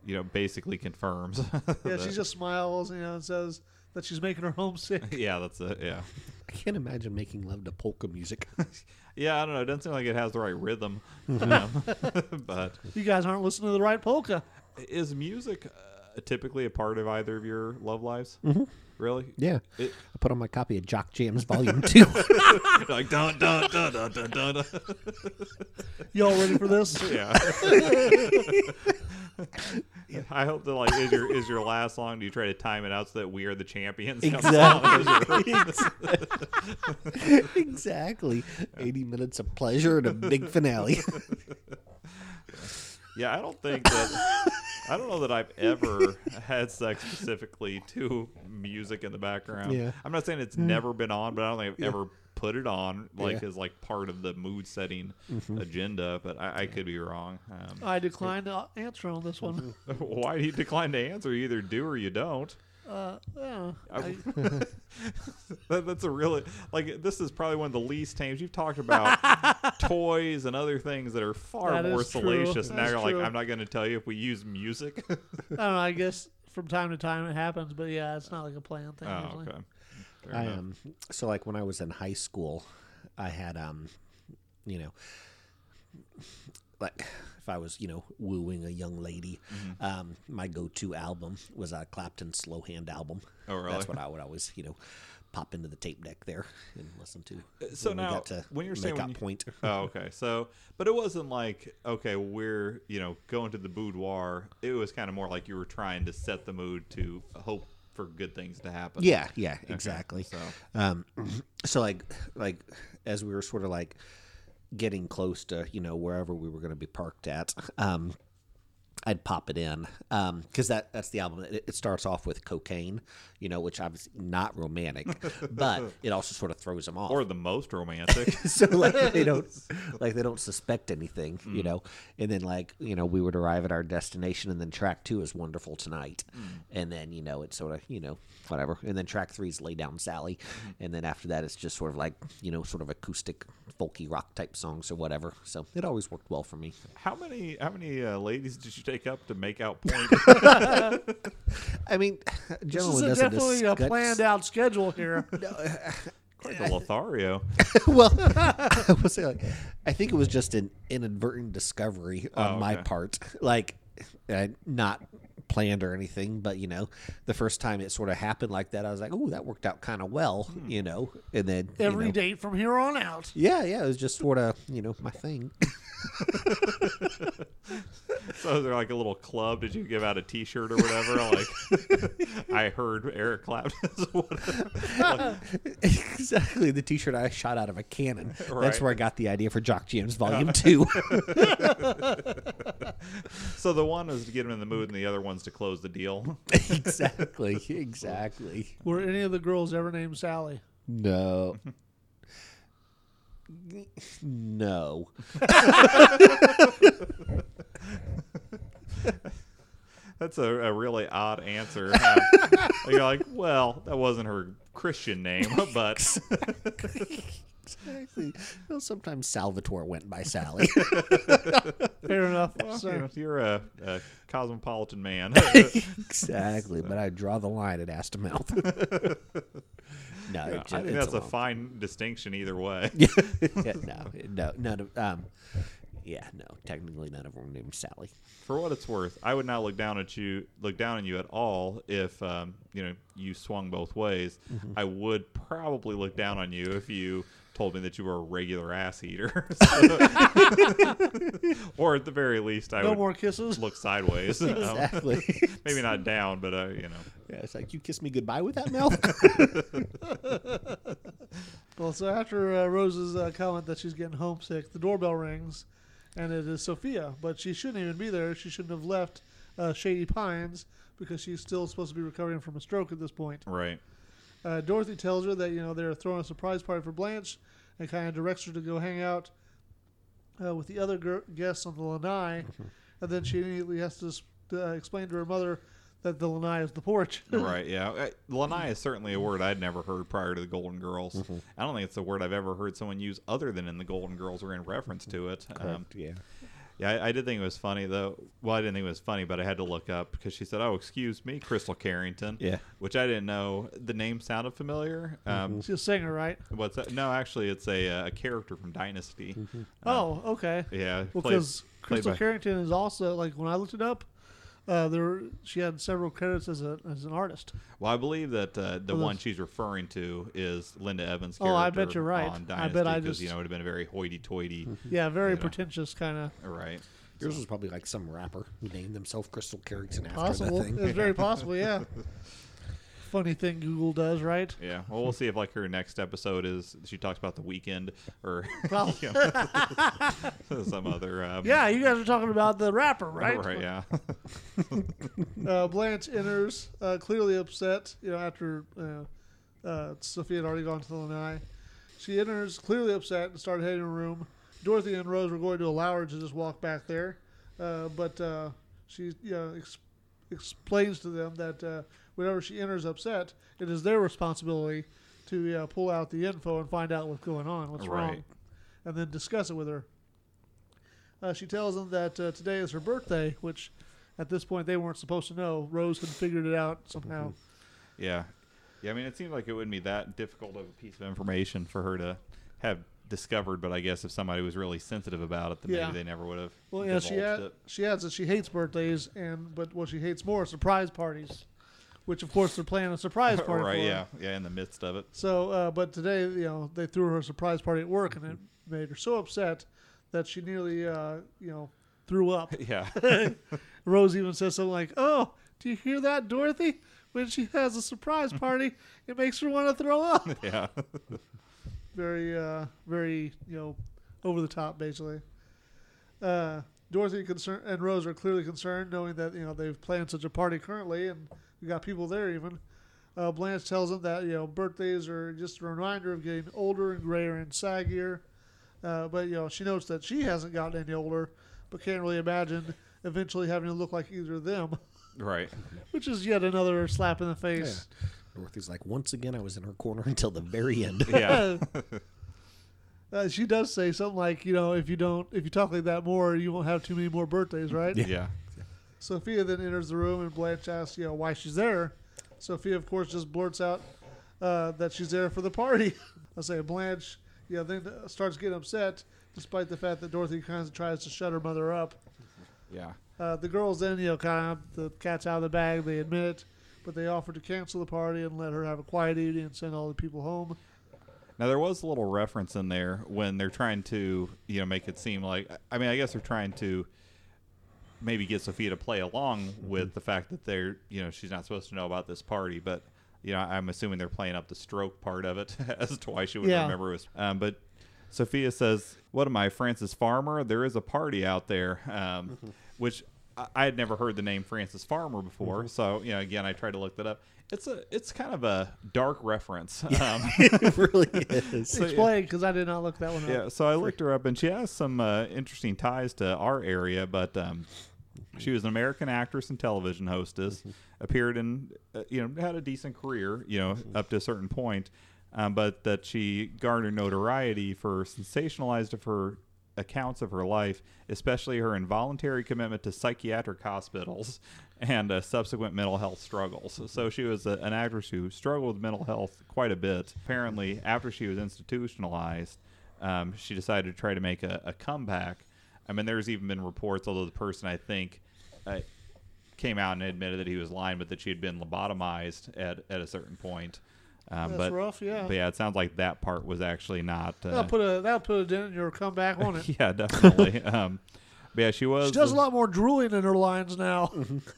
A: you know, basically confirms.
C: Yeah,
A: that-
C: she just smiles, you know, and says that she's making her homesick.
A: Yeah, that's it. Yeah,
B: I can't imagine making love to polka music.
A: yeah. I don't know. It doesn't seem like it has the right rhythm. Um, but
C: You guys aren't listening to the right polka.
A: is music uh, typically a part of either of your love lives? Really?
B: Yeah.
A: It-
B: I put on my copy of Jock Jams Volume 2.
A: like dun dun dun dun dun dun. dun.
C: Y'all ready for this?
A: Yeah. I hope that like is your is your last song. Do you try to time it out so that we are the champions? comes on?
B: exactly. 80 minutes of pleasure and a big finale.
A: yeah, I don't think that. I don't know that I've ever had sex specifically to music in the background.
B: Yeah. Mm-hmm.
A: I'm not saying it's never been on, but I don't think I've ever put it on like
B: Yeah. Mm-hmm.
A: as like part of the mood setting agenda. But I, I could be wrong. Um,
C: I decline to answer on this one.
B: Uh,
A: why do you decline to answer? You either do or you don't.
C: Uh, yeah. I,
A: That, that's a really like this is probably one of the least times you've talked about toys and other things that are far
C: That
A: more
C: is true.
A: salacious.
C: That
A: Now
C: is
A: you're like,
C: true.
A: I'm not going to tell you if we use music. oh,
C: I don't know. I guess from time to time it happens, but yeah, it's not like a planned thing. usually.
A: Oh, okay. Fair
B: I
A: enough.
B: um so like when I was in high school, I had um you know like if I was, you know, wooing a young lady,
A: Mm-hmm.
B: um, my go to album was a Clapton Slow Hand album.
A: Oh, really?
B: That's what I would always, you know, pop into the tape deck there and listen to.
A: so
B: when we
A: now,
B: got to
A: when you're
B: make
A: saying when
B: out
A: you-
B: point.
A: oh, okay. So, but it wasn't like okay, we're you know going to the boudoir. It was kind of more like you were trying to set the mood to hope for good things to happen.
B: Yeah, yeah, exactly.
A: So,
B: um so like like as we were sort of like getting close to you know wherever we were going to be parked at um I'd pop it in because that that's the album. It, it starts off with cocaine, you know, which obviously not romantic, but it also sort of throws them off.
A: or the most romantic.
B: so like they don't like they don't suspect anything, you
C: Mm.
B: know. And then like you know we would arrive at our destination, and then track two is wonderful tonight,
C: Mm.
B: and then you know it's sort of you know whatever, and then track three is lay down Sally,
C: Mm-hmm.
B: and then after that it's just sort of like you know sort of acoustic folky rock type songs or whatever. So it always worked well for me.
A: how many how many uh, ladies did you take up to make out point?
B: I mean,
C: This
B: gentlemen
C: is a
B: doesn't
C: definitely
B: discuss,
C: a planned out schedule here.
A: Quite the Lothario.
B: well, I will say, like, I think it was just an inadvertent discovery on
A: Oh,
B: my
A: okay.
B: part, like uh, not planned or anything. But you know, the first time it sort of happened like that, I was like, "Oh, that worked out kind of well,"
A: Hmm.
B: you know. And then you
C: Every
B: know,
C: date from here on out.
B: yeah, yeah, it was just sort of you know my thing.
A: So they're like a little club. Did you give out a T-shirt or whatever? like I heard Eric Clapton's. whatever. Like,
B: exactly, the T-shirt I shot out of a cannon.
A: Right. Oh.
B: That's where I got the idea for Jock Jams Volume Two.
A: so the one is to get him in the mood, and the other one's to close the deal.
B: exactly, exactly.
C: Were any of the girls ever named Sally?
B: No. No.
A: That's a, a really odd answer. Um, you're like, well, that wasn't her Christian name, but
B: Exactly. Well, sometimes Salvatore went by Sally.
C: Fair enough. So,
A: you know, you're a, a cosmopolitan man.
B: exactly. But I draw the line at ass to mouth. no,
A: I
B: it ju-
A: think
B: it's
A: that's a
B: long-
A: fine distinction either way.
B: yeah, no, no, none of um, yeah, no. Technically, none of them were named Sally.
A: For what it's worth, I would not look down at you, look down on you at all if um, you know you swung both ways. I would probably look down on you if you told me that you were a regular ass eater, So- or at the very least, I
C: no
A: would
C: more kisses.
A: look sideways. Um,
B: Exactly.
A: maybe not down, but uh, you know.
B: yeah, it's like you kiss me goodbye with that mouth.
C: Well, so after uh, Rose's uh, comment that she's getting homesick, the doorbell rings, and it is Sophia. But she shouldn't even be there. She shouldn't have left uh, Shady Pines because she's still supposed to be recovering from a stroke at this point.
A: Right.
C: Uh, Dorothy tells her that you know they're throwing a surprise party for Blanche, and kind of directs her to go hang out uh, with the other gir- guests on the lanai, and then she immediately has to s- uh, explain to her mother that the lanai is the porch.
A: Right, yeah. Uh, Lanai is certainly a word I'd never heard prior to the Golden Girls. I don't think it's a word I've ever heard someone use other than in the Golden Girls or in reference to it. Um,
B: yeah.
A: yeah, I, I did think it was funny, though. Well, I didn't think it was funny, but I had to look up because she said, Oh, excuse me, Crystal Carrington.
B: Yeah.
A: Which I didn't know. The name sounded familiar. Um,
C: she's a singer, right?
A: What's that? No, actually, it's a, uh, a character from Dynasty.
C: oh, okay.
A: Uh, Yeah.
C: Well,
A: played-
C: because Crystal
A: by-
C: Carrington is also like when I looked it up, uh, there she had several credits as a as an artist.
A: Well, I believe that uh, the
C: Well,
A: one
C: that's-
A: she's referring to is Linda Evans'
C: Oh,
A: character.
C: I bet you're right.
A: On
C: I
A: Dynasty,
C: bet I
A: 'cause,
C: just-
A: you know it would have been a very hoity-toity.
C: Yeah, very
A: You know.
C: pretentious kind of.
A: right.
B: Yours was probably like some rapper who named himself Crystal Carrington after
C: Possible.
B: that thing.
C: It's very possible. Yeah. Funny thing Google does, right?
A: Yeah. Well, we'll see if like her next episode is she talks about the weekend or
C: Well-
A: you know, some other. Um,
C: Yeah, you guys are talking about the rapper, right?
A: Right. Yeah.
C: Uh, Blanche enters, uh, clearly upset. You know, after uh, uh, Sophia had already gone to the lanai, she enters clearly upset and started heading to her room. Dorothy and Rose were going to allow her to just walk back there, uh, but uh, she you know, ex- explains to them that uh, whenever she enters upset, it is their responsibility to uh, pull out the info and find out what's going on, what's wrong,
A: Right.
C: and then discuss it with her. Uh, she tells them that uh, today is her birthday, which at this point they weren't supposed to know. Rose had figured it out somehow.
A: Mm-hmm. Yeah. Yeah, I mean, it seemed like it wouldn't be that difficult of a piece of information for her to have discovered, but I guess if somebody was really sensitive about it, then
C: Yeah.
A: maybe they never would have.
C: Well, yeah, she
A: divulged
C: ad-
A: it.
C: she adds that she hates birthdays, and but what she hates more are surprise parties, which of course they're planning a surprise party
A: right,
C: for. her.
A: yeah, yeah, in the midst of it.
C: So, uh, but today, you know, they threw her a surprise party at work, and it
A: Mm-hmm.
C: made her so upset that she nearly, uh, you know, threw up.
A: Yeah,
C: Rose even says something like, "Oh, do you hear that, Dorothy? When she has a surprise party, it makes her want to throw up."
A: yeah,
C: very uh, very you know over the top basically. Uh, Dorothy concern and Rose are clearly concerned, knowing that you know they've planned such a party currently and we got people there even. Uh, Blanche tells them that you know birthdays are just a reminder of getting older and grayer and saggier, uh, but you know she notes that she hasn't gotten any older, but can't really imagine eventually having to look like either of them,
A: right.
C: which is yet another slap in the face.
B: Dorothy's like, once again, I was in her corner until the very end.
A: Yeah,
C: Uh, she does say something like, you know, if you don't, if you talk like that more, you won't have too many more birthdays, right?
A: yeah,
C: Sophia then enters the room and Blanche asks, you know, why she's there. Sophia, of course, just blurts out uh, that she's there for the party. I say Blanche, you know, then starts getting upset, despite the fact that Dorothy kind of tries to shut her mother up.
A: yeah.
C: Uh, the girls then, you know, kind of the cat's out of the bag. They admit it, but they offer to cancel the party and let her have a quiet evening and send all the people home.
A: Now there was a little reference in there when they're trying to, you know, make it seem like. I mean, I guess they're trying to maybe get Sophia to play along with the fact that they're, you know, she's not supposed to know about this party, but you know, I'm assuming they're playing up the stroke part of it as to why she wouldn't
C: Yeah.
A: remember it was. Um, but Sophia says, "What am I, Francis Farmer? There is a party out there," um, which. I- I had never heard the name Francis Farmer before, so you know. Again, I tried to look that up. It's a, it's kind of a dark reference. Um,
B: it really is.
A: So, yeah.
C: Explain, because I did not look that one up.
A: Yeah, so I looked her up, and she has some uh, interesting ties to our area. But um, she was an American actress and television hostess. Appeared in, uh, you know, had a decent career, you know, up to a certain point. Um, but that she garnered notoriety for sensationalized of her accounts of her life, especially her involuntary commitment to psychiatric hospitals and uh, subsequent mental health struggles. So she was a, an actress who struggled with mental health quite a bit. Apparently, after she was institutionalized, um, she decided to try to make a, a comeback. I mean, there's even been reports, although the person I think uh, came out and admitted that he was lying, but that she had been lobotomized at, at a certain point. Um,
C: That's
A: but,
C: rough, yeah.
A: But yeah, it sounds like that part was actually not. Uh,
C: That'll put a that'll put a dent in your comeback, won't it?
A: yeah, definitely. um, but yeah, she was.
C: She does a lot more drooling in her lines now.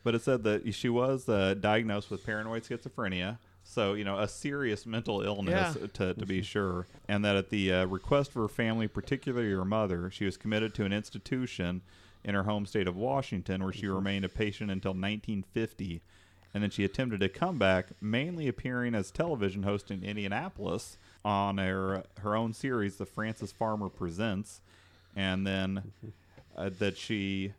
A: But it said that she was uh, diagnosed with paranoid schizophrenia. So, you know, a serious mental illness,
C: Yeah.
A: to, to be sure. And that at the uh, request of her family, particularly her mother, she was committed to an institution in her home state of Washington where she remained a patient until 1950. And then she attempted a comeback, mainly appearing as television host in Indianapolis on her, her own series, The Frances Farmer Presents. And then uh, that she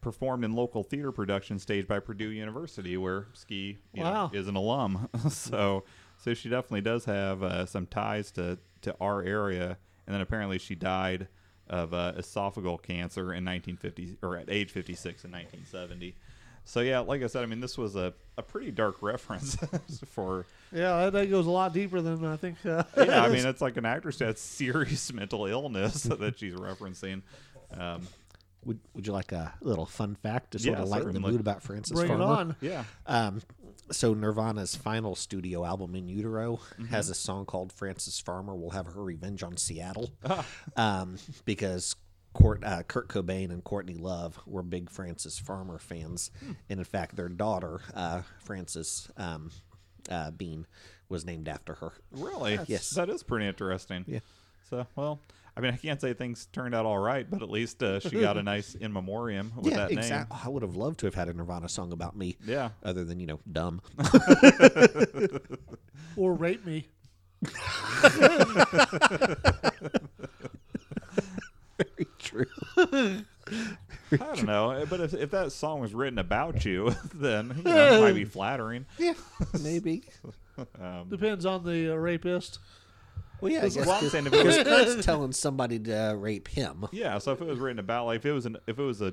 A: performed in local theater productions staged by Purdue University, where Ski you know,
C: Wow.
A: is an alum. so, so she definitely does have uh, some ties to to our area. And then apparently she died of uh, esophageal cancer in 1950 or at age 56 in 1970. So yeah, like I said, I mean this was a, a pretty dark reference for
C: yeah, that, that goes a lot deeper than I think. Uh,
A: yeah, I mean it's like an actress that has serious mental illness that she's referencing. Um,
B: Would, would you like a little fun fact to sort
A: Yeah,
B: of lighten the
A: certainly.
B: mood about Francis
C: bring it
B: Farmer?
C: on.
A: yeah,
B: Um, so Nirvana's final studio album, In Utero,
A: Mm-hmm.
B: has a song called "Francis Farmer Will Have Her Revenge on Seattle,"
A: Ah.
B: um, because Court, uh, Kurt Cobain and Courtney Love were big Francis Farmer fans,
A: Hmm.
B: and in fact, their daughter uh, Frances um, uh, Bean was named after her.
A: Really?
B: Yes.
A: That is pretty interesting.
B: Yeah.
A: So, well, I mean, I can't say things turned out all right, but at least uh, she got a nice in memoriam with that name.
B: exactly. I would have loved to have had a Nirvana song about me.
A: Yeah.
B: Other than you know, dumb.
C: Or rape me.
B: Very true.
A: I don't know, but if, if that song was written about you, then you know, it might be flattering.
B: yeah, maybe.
A: Um,
C: Depends on the uh, rapist.
B: Well, yeah, I
A: That's
B: guess
A: what I'm
B: 'cause-
A: saying, if it was-
B: 'cause Kurt's telling somebody to uh, rape him.
A: yeah, so if it was written about, like if it was an, if it was a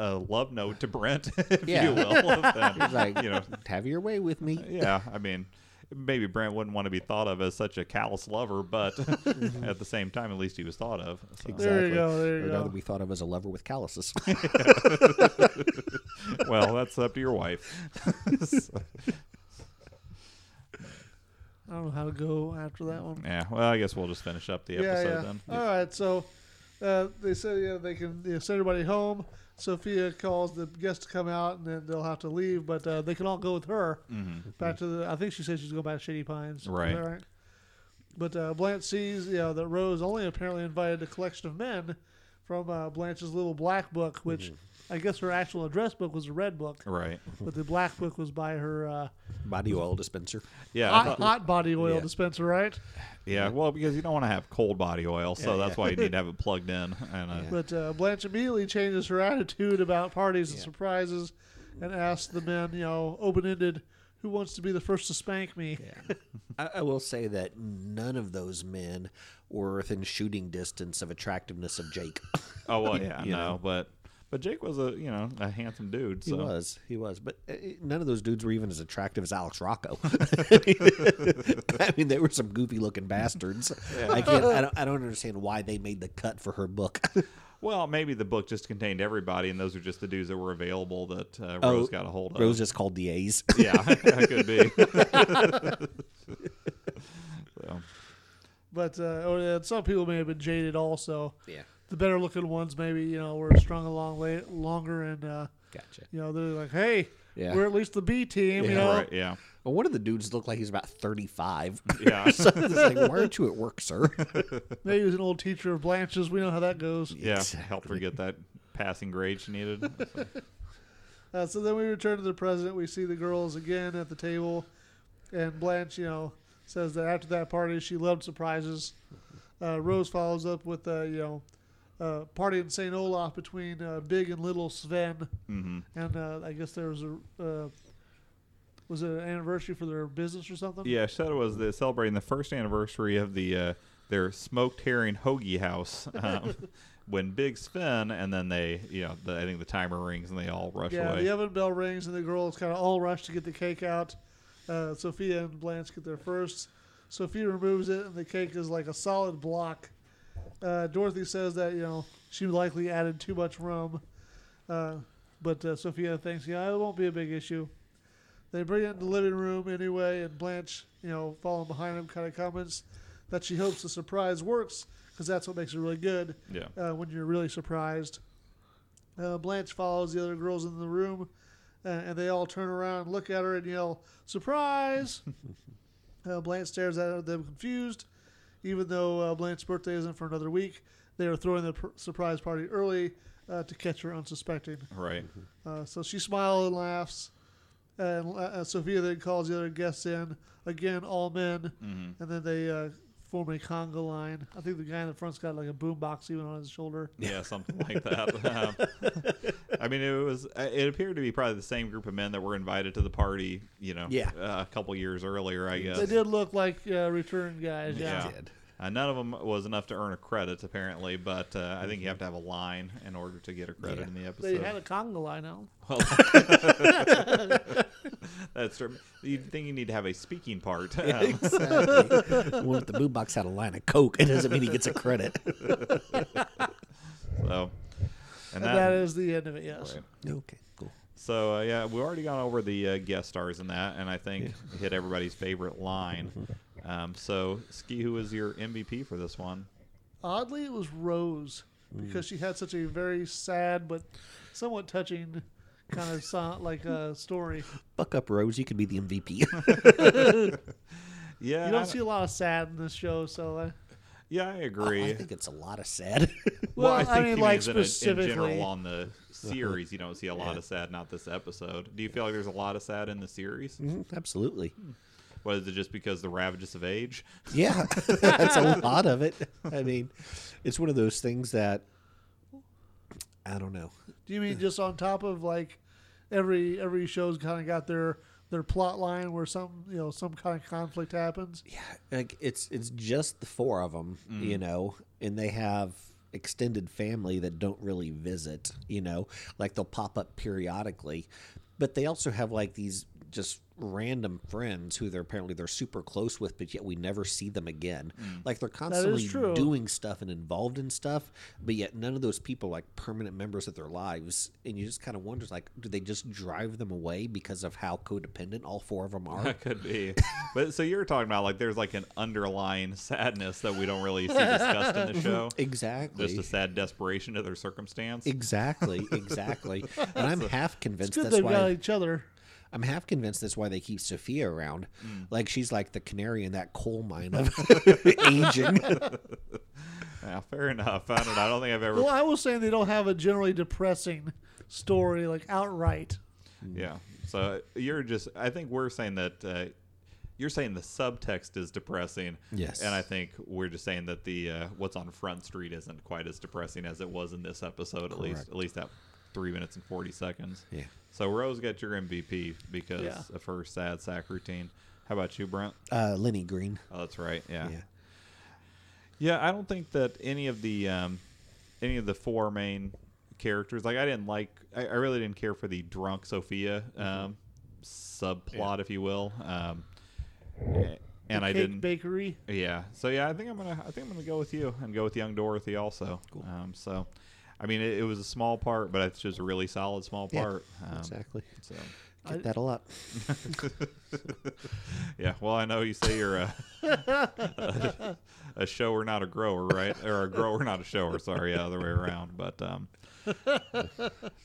A: a love note to Brent, if
B: Yeah.
A: you will, then,
B: He's like,
A: you know,
B: have your way with me.
A: yeah, I mean, maybe Brent wouldn't want to be thought of as such a callous lover, but at the same time, at least he was thought of. So.
C: There you go, there you
B: or
C: go.
B: rather be thought of as a lover with calluses.
A: Well, that's up to your wife. So,
C: I don't know how to go after that one.
A: yeah, well, I guess we'll just finish up the episode then.
C: All right, so uh, they said yeah they can you know, send everybody home. Sophia calls the guests to come out, and then they'll have to leave, but uh, they can all go with her back to the. I think she said she's going back to Shady Pines. Is that
A: Mm-hmm. Right.
C: But uh, Blanche sees you know, that Rose only apparently invited a collection of men from uh, Blanche's little black book, which I guess her actual address book was a red book,
A: Right.
C: but the black book was by her uh,
B: Body oil dispenser.
A: Yeah. I
C: hot,
A: thought-
C: hot body oil
B: Yeah.
C: dispenser, right?
A: yeah. Well, because you don't want to have cold body oil, so that's why you need to have it plugged in. And uh,
C: But uh, Blanche immediately changes her attitude about parties and surprises and asks the men, you know, open ended, who wants to be the first to spank me?
B: I, I will say that none of those men were within shooting distance of attractiveness of Jake.
A: oh well, yeah,
B: You
A: no,
B: know.
A: but but Jake was a you know a handsome dude.
B: He
A: So
B: was, he was, but uh, none of those dudes were even as attractive as Alex Rocco. I mean, they were some goofy looking bastards. I can't, I don't, I don't understand why they made the cut for her book.
A: well, maybe the book just contained everybody, and those were just the dudes that were available that uh,
B: Oh,
A: Rose got a hold of.
B: Rose is called DAs.
A: Yeah, that could be. so,
C: But uh, or, uh, some people may have been jaded also.
B: yeah,
C: The better looking ones, maybe, you know, were strung along la- longer and, uh,
B: gotcha.
C: you know, they're like, hey,
B: Yeah.
C: we're at least the B team, you
B: Yeah,
C: know?
A: right, yeah,
B: Well, one of the dudes looked like he was about thirty-five.
A: yeah.
B: so it's like, why aren't you at work, sir?
C: Maybe he was an old teacher of Blanche's. We know how that goes.
A: Yeah, helped her get that passing grade she needed. So,
C: Uh, so then we return to the president. We see the girls again at the table, and Blanche, you know, says that after that party, she loved surprises. Uh, Rose follows up with, uh, you know, uh, party in St. Olaf between uh, Big and Little Sven,
A: mhm.
C: and uh, I guess there was a uh, was it an anniversary for their business or something?
A: Yeah, she said it was the, celebrating the first anniversary of the uh, their smoked herring hoagie house um, when Big Spin, and then they, you know, the, I think the timer rings and they all rush
C: Yeah,
A: away.
C: the oven bell rings and the girls kind of all rush to get the cake out. Uh, Sophia and Blanche get there first. Sophia removes it, and the cake is like a solid block. Uh, Dorothy says that you know she likely added too much rum, uh, but uh, Sophia thinks yeah it won't be a big issue. They bring it in the living room anyway, and Blanche, you know, following behind them, kind of comments that she hopes the surprise works because that's what makes it really good
A: Yeah.
C: uh, when you're really surprised. Uh, Blanche follows the other girls in the room, uh, and they all turn around and look at her and yell, Surprise! uh, Blanche stares at them confused. Even though uh, Blanche's birthday isn't for another week, they are throwing the pr- surprise party early uh, to catch her unsuspecting.
A: Right.
C: Uh, so she smiles and laughs. And la- uh, Sophia then calls the other guests in. Again, all men. And then they uh, form a conga line. I think the guy in the front's got like a boombox even on his shoulder.
A: Yeah, something like that. Um, I mean, it was. uh, It appeared to be probably the same group of men that were invited to the party. You know,
B: Yeah.
A: uh, a couple years earlier, I guess.
C: They did look like uh, return guys. Yeah.
A: Yeah. Uh, none of them was enough to earn a credit, apparently, but uh, I think you have to have a line in order to get a credit
B: Yeah.
A: in the episode.
C: They had a conga line out.
A: That's true. You think you need to have a speaking part. Um,
B: Exactly. the one with the boom box had a line of coke. It doesn't mean he gets a credit.
A: so, and
C: And
A: that,
C: that is the end of it, yes.
A: right.
B: Okay, cool.
A: So uh, yeah, we've already gone over the uh, guest stars in that, and I think hit everybody's favorite line.
C: Mm-hmm.
A: Um, so, Ski, who is your MVP for this one?
C: Oddly, it was Rose
B: Mm.
C: because she had such a very sad but somewhat touching kind of song, like uh, story.
B: Fuck up, Rose. You could be the MVP.
A: Yeah,
C: You
A: I
C: don't
A: don't-
C: see a lot of sad in this show, so. uh, I,
A: yeah, I agree.
B: I think it's a lot of sad.
C: Well, I mean,
A: he
C: like,
A: means in a- in
C: specifically-
A: general on the series, you don't see a lot of sad. Not this episode. Do you feel like there's a lot of sad in the series?
C: Mm.
B: Mm, Absolutely.
A: What is it? Just because the ravages of age?
B: Yeah, that's a lot of it. I mean, it's one of those things that
D: I don't know.
C: Do you mean just on top of like every every show's kind of got their their plot line where some you know some kind of conflict happens?
D: Yeah,
B: like it's it's just the four of them, you know, and they have extended family that don't really visit, you know, like they'll pop up periodically, but they also have like these just random friends who they're apparently they're super close with, but yet we never see them again. Like they're constantly
C: true.
B: doing stuff and involved in stuff, but yet none of those people are like permanent members of their lives, and you just kind of wonder like, do they just drive them away because of how codependent all four of them are?
A: That could be. But so you're talking about like there's like an underlying sadness that we don't really see discussed in the show.
B: Exactly.
A: Just a sad desperation to their circumstance.
B: Exactly, exactly. and I'm half
C: It's
B: convinced
C: good
B: that's
C: they've
B: why
C: got each other.
B: I'm half convinced that's why they keep Sophia around. Like she's like the canary in that coal mine of aging.
A: Yeah, fair enough. I don't know. I don't think I've ever.
C: Well, I was saying they don't have a generally depressing story like outright.
A: Yeah. So uh, you're just. I think we're saying that. Uh, you're saying the subtext is depressing.
B: Yes.
A: And I think we're just saying that the uh, what's on Front Street isn't quite as depressing as it was in this episode. At least, at least at three minutes and forty seconds.
B: Yeah.
A: So Rose got your MVP because
C: Yeah.
A: of her sad sack routine. How about you, Brent?
B: Uh, Lenny Green.
A: Oh, that's right. Yeah.
B: Yeah.
A: Yeah, I don't think that any of the um, any of the four main characters. Like, I didn't like. I, I really didn't care for the drunk Sophia um, subplot, if you will. Um, a- and I
C: Cake
A: didn't.
C: bakery.
A: Yeah. So yeah, I think I'm gonna. I think I'm gonna go with you and go with Young Dorothy also. Cool. Um, so, I mean, it, it was a small part, but it's just a really solid small
B: Yeah,
A: part. um,
B: exactly.
A: So.
B: Get
C: I-
B: that a lot.
A: Yeah. Well, I know you say you're a a shower, not a grower, right? Or a grower, not a shower. Sorry, yeah, other way around. But um,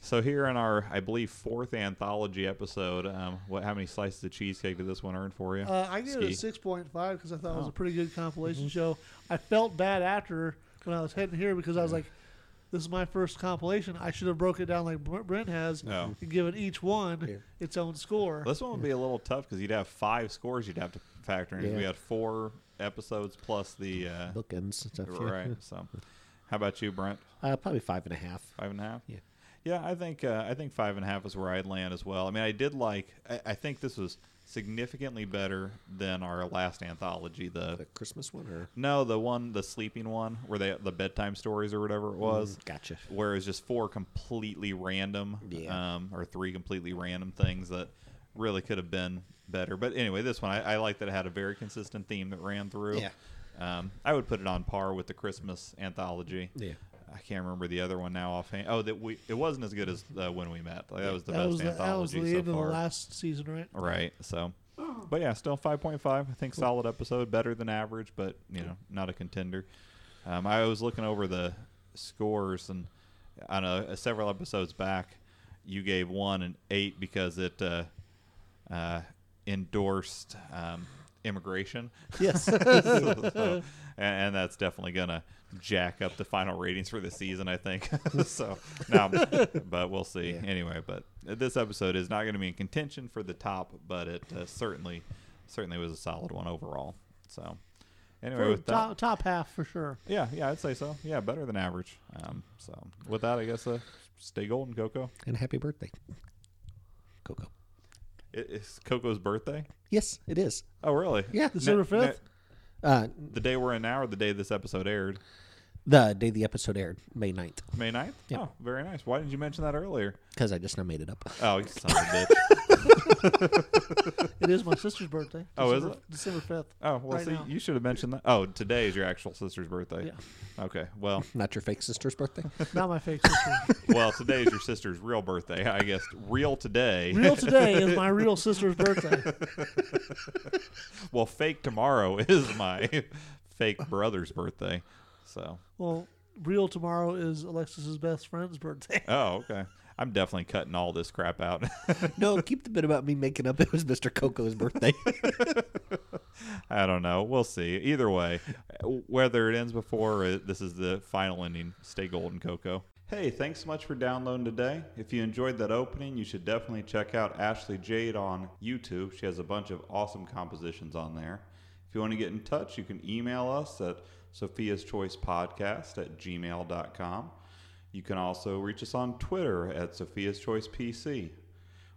A: so here in our, I believe, fourth anthology episode, um, what? How many slices of cheesecake did this one earn for you?
C: Uh, I
A: Ski.
C: gave it a
A: Oh. Mm-hmm.
C: six point five because I thought it was a pretty good compilation show. I felt bad after when I was heading here because I was like, "This is my first compilation. I should have broke it down like Br- Brent has
A: No.
C: and given each one its own score."
A: This one would be a little tough because you'd have five scores you'd have to factor in. 'cause We
B: Yeah.
A: had four episodes plus the uh,
B: Bookends and stuff. yeah.
A: right. So, how about you, Brent?
B: Uh, probably five and a half.
A: Five and a half.
B: Yeah.
A: Yeah, I think uh, I think five and a half is where I'd land as well. I mean, I did like. I, I think this was significantly better than our last anthology.
B: The
A: The
B: Christmas one or
A: no, the one, the sleeping one, where they the bedtime stories or whatever it was.
B: Mm, gotcha.
A: Where it was just four completely random,
B: Yeah.
A: um, or three completely random things that really could have been better. But anyway, this one I, I like that it had a very consistent theme that ran through.
B: Yeah.
A: Um, I would put it on par with the Christmas anthology.
B: Yeah.
A: I can't remember the other one now offhand. Oh, that we it wasn't as good as uh, when we met. Like, that was the
C: that
A: best
C: was the, that was
A: anthology
C: the
A: so
C: end of the
A: far.
C: last season, right?
A: Right. So, but yeah, still five point five. I think solid episode, better than average, but you know, not a contender. Um, I was looking over the scores, and on a, several episodes back, you gave one an eight because it uh, uh, endorsed um, immigration.
B: Yes.
A: So- and, and that's definitely gonna jack up the final ratings for the season, I think. so, no, but we'll see. Anyway, but this episode is not going to be in contention for the top, but it uh, certainly, certainly was a solid one overall. So, anyway,
C: For
A: with
C: top,
A: that,
C: top half for sure.
A: yeah, yeah, I'd say so. Yeah, better than average. Um, so with that, I guess uh, stay golden, Coco.
B: and happy birthday, Coco.
A: It, it's Coco's birthday.
B: Yes, it is.
A: Oh, really?
B: Yeah.
C: December
A: Ne- ne-
C: 5th?
B: Uh,
A: the day we're in now, or the day this episode aired,
B: the day the episode aired, May 9th,
A: May 9th?
B: Yep.
A: Oh, very nice. Why didn't you mention that earlier?
B: because I just now made it up.
A: Oh, you son of a bitch.
C: It is my sister's birthday.
A: Oh, is
C: December- December fifth?
A: Oh, well,
C: Right
A: see,
C: now.
A: you should have mentioned that. Oh, today is your actual sister's birthday. Okay. Well,
B: Not your fake sister's birthday.
C: Not my fake sister.
A: well, today is your sister's real birthday. I guess real today.
C: real today is my real sister's birthday.
A: Well, fake tomorrow is my fake brother's birthday. So,
C: Well, real tomorrow is Alexis's best friend's birthday.
A: oh, okay. I'm definitely cutting all this crap out.
B: no, keep the bit about me making up it was Mr. Coco's birthday.
A: I don't know. We'll see. Either way, whether it ends before or this is the final ending, stay golden, Coco. Hey, thanks so much for downloading today. If you enjoyed that opening, you should definitely check out Ashley Jade on YouTube. She has a bunch of awesome compositions on there. If you want to get in touch, you can email us at Sophia's Choice Podcast at gmail.com. You can also reach us on Twitter at Sophia's Choice PC.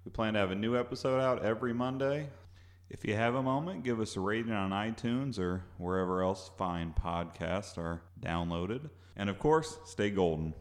A: We plan to have a new episode out every Monday. If you have a moment, give us a rating on iTunes or wherever else fine podcasts are downloaded. And of course, stay golden.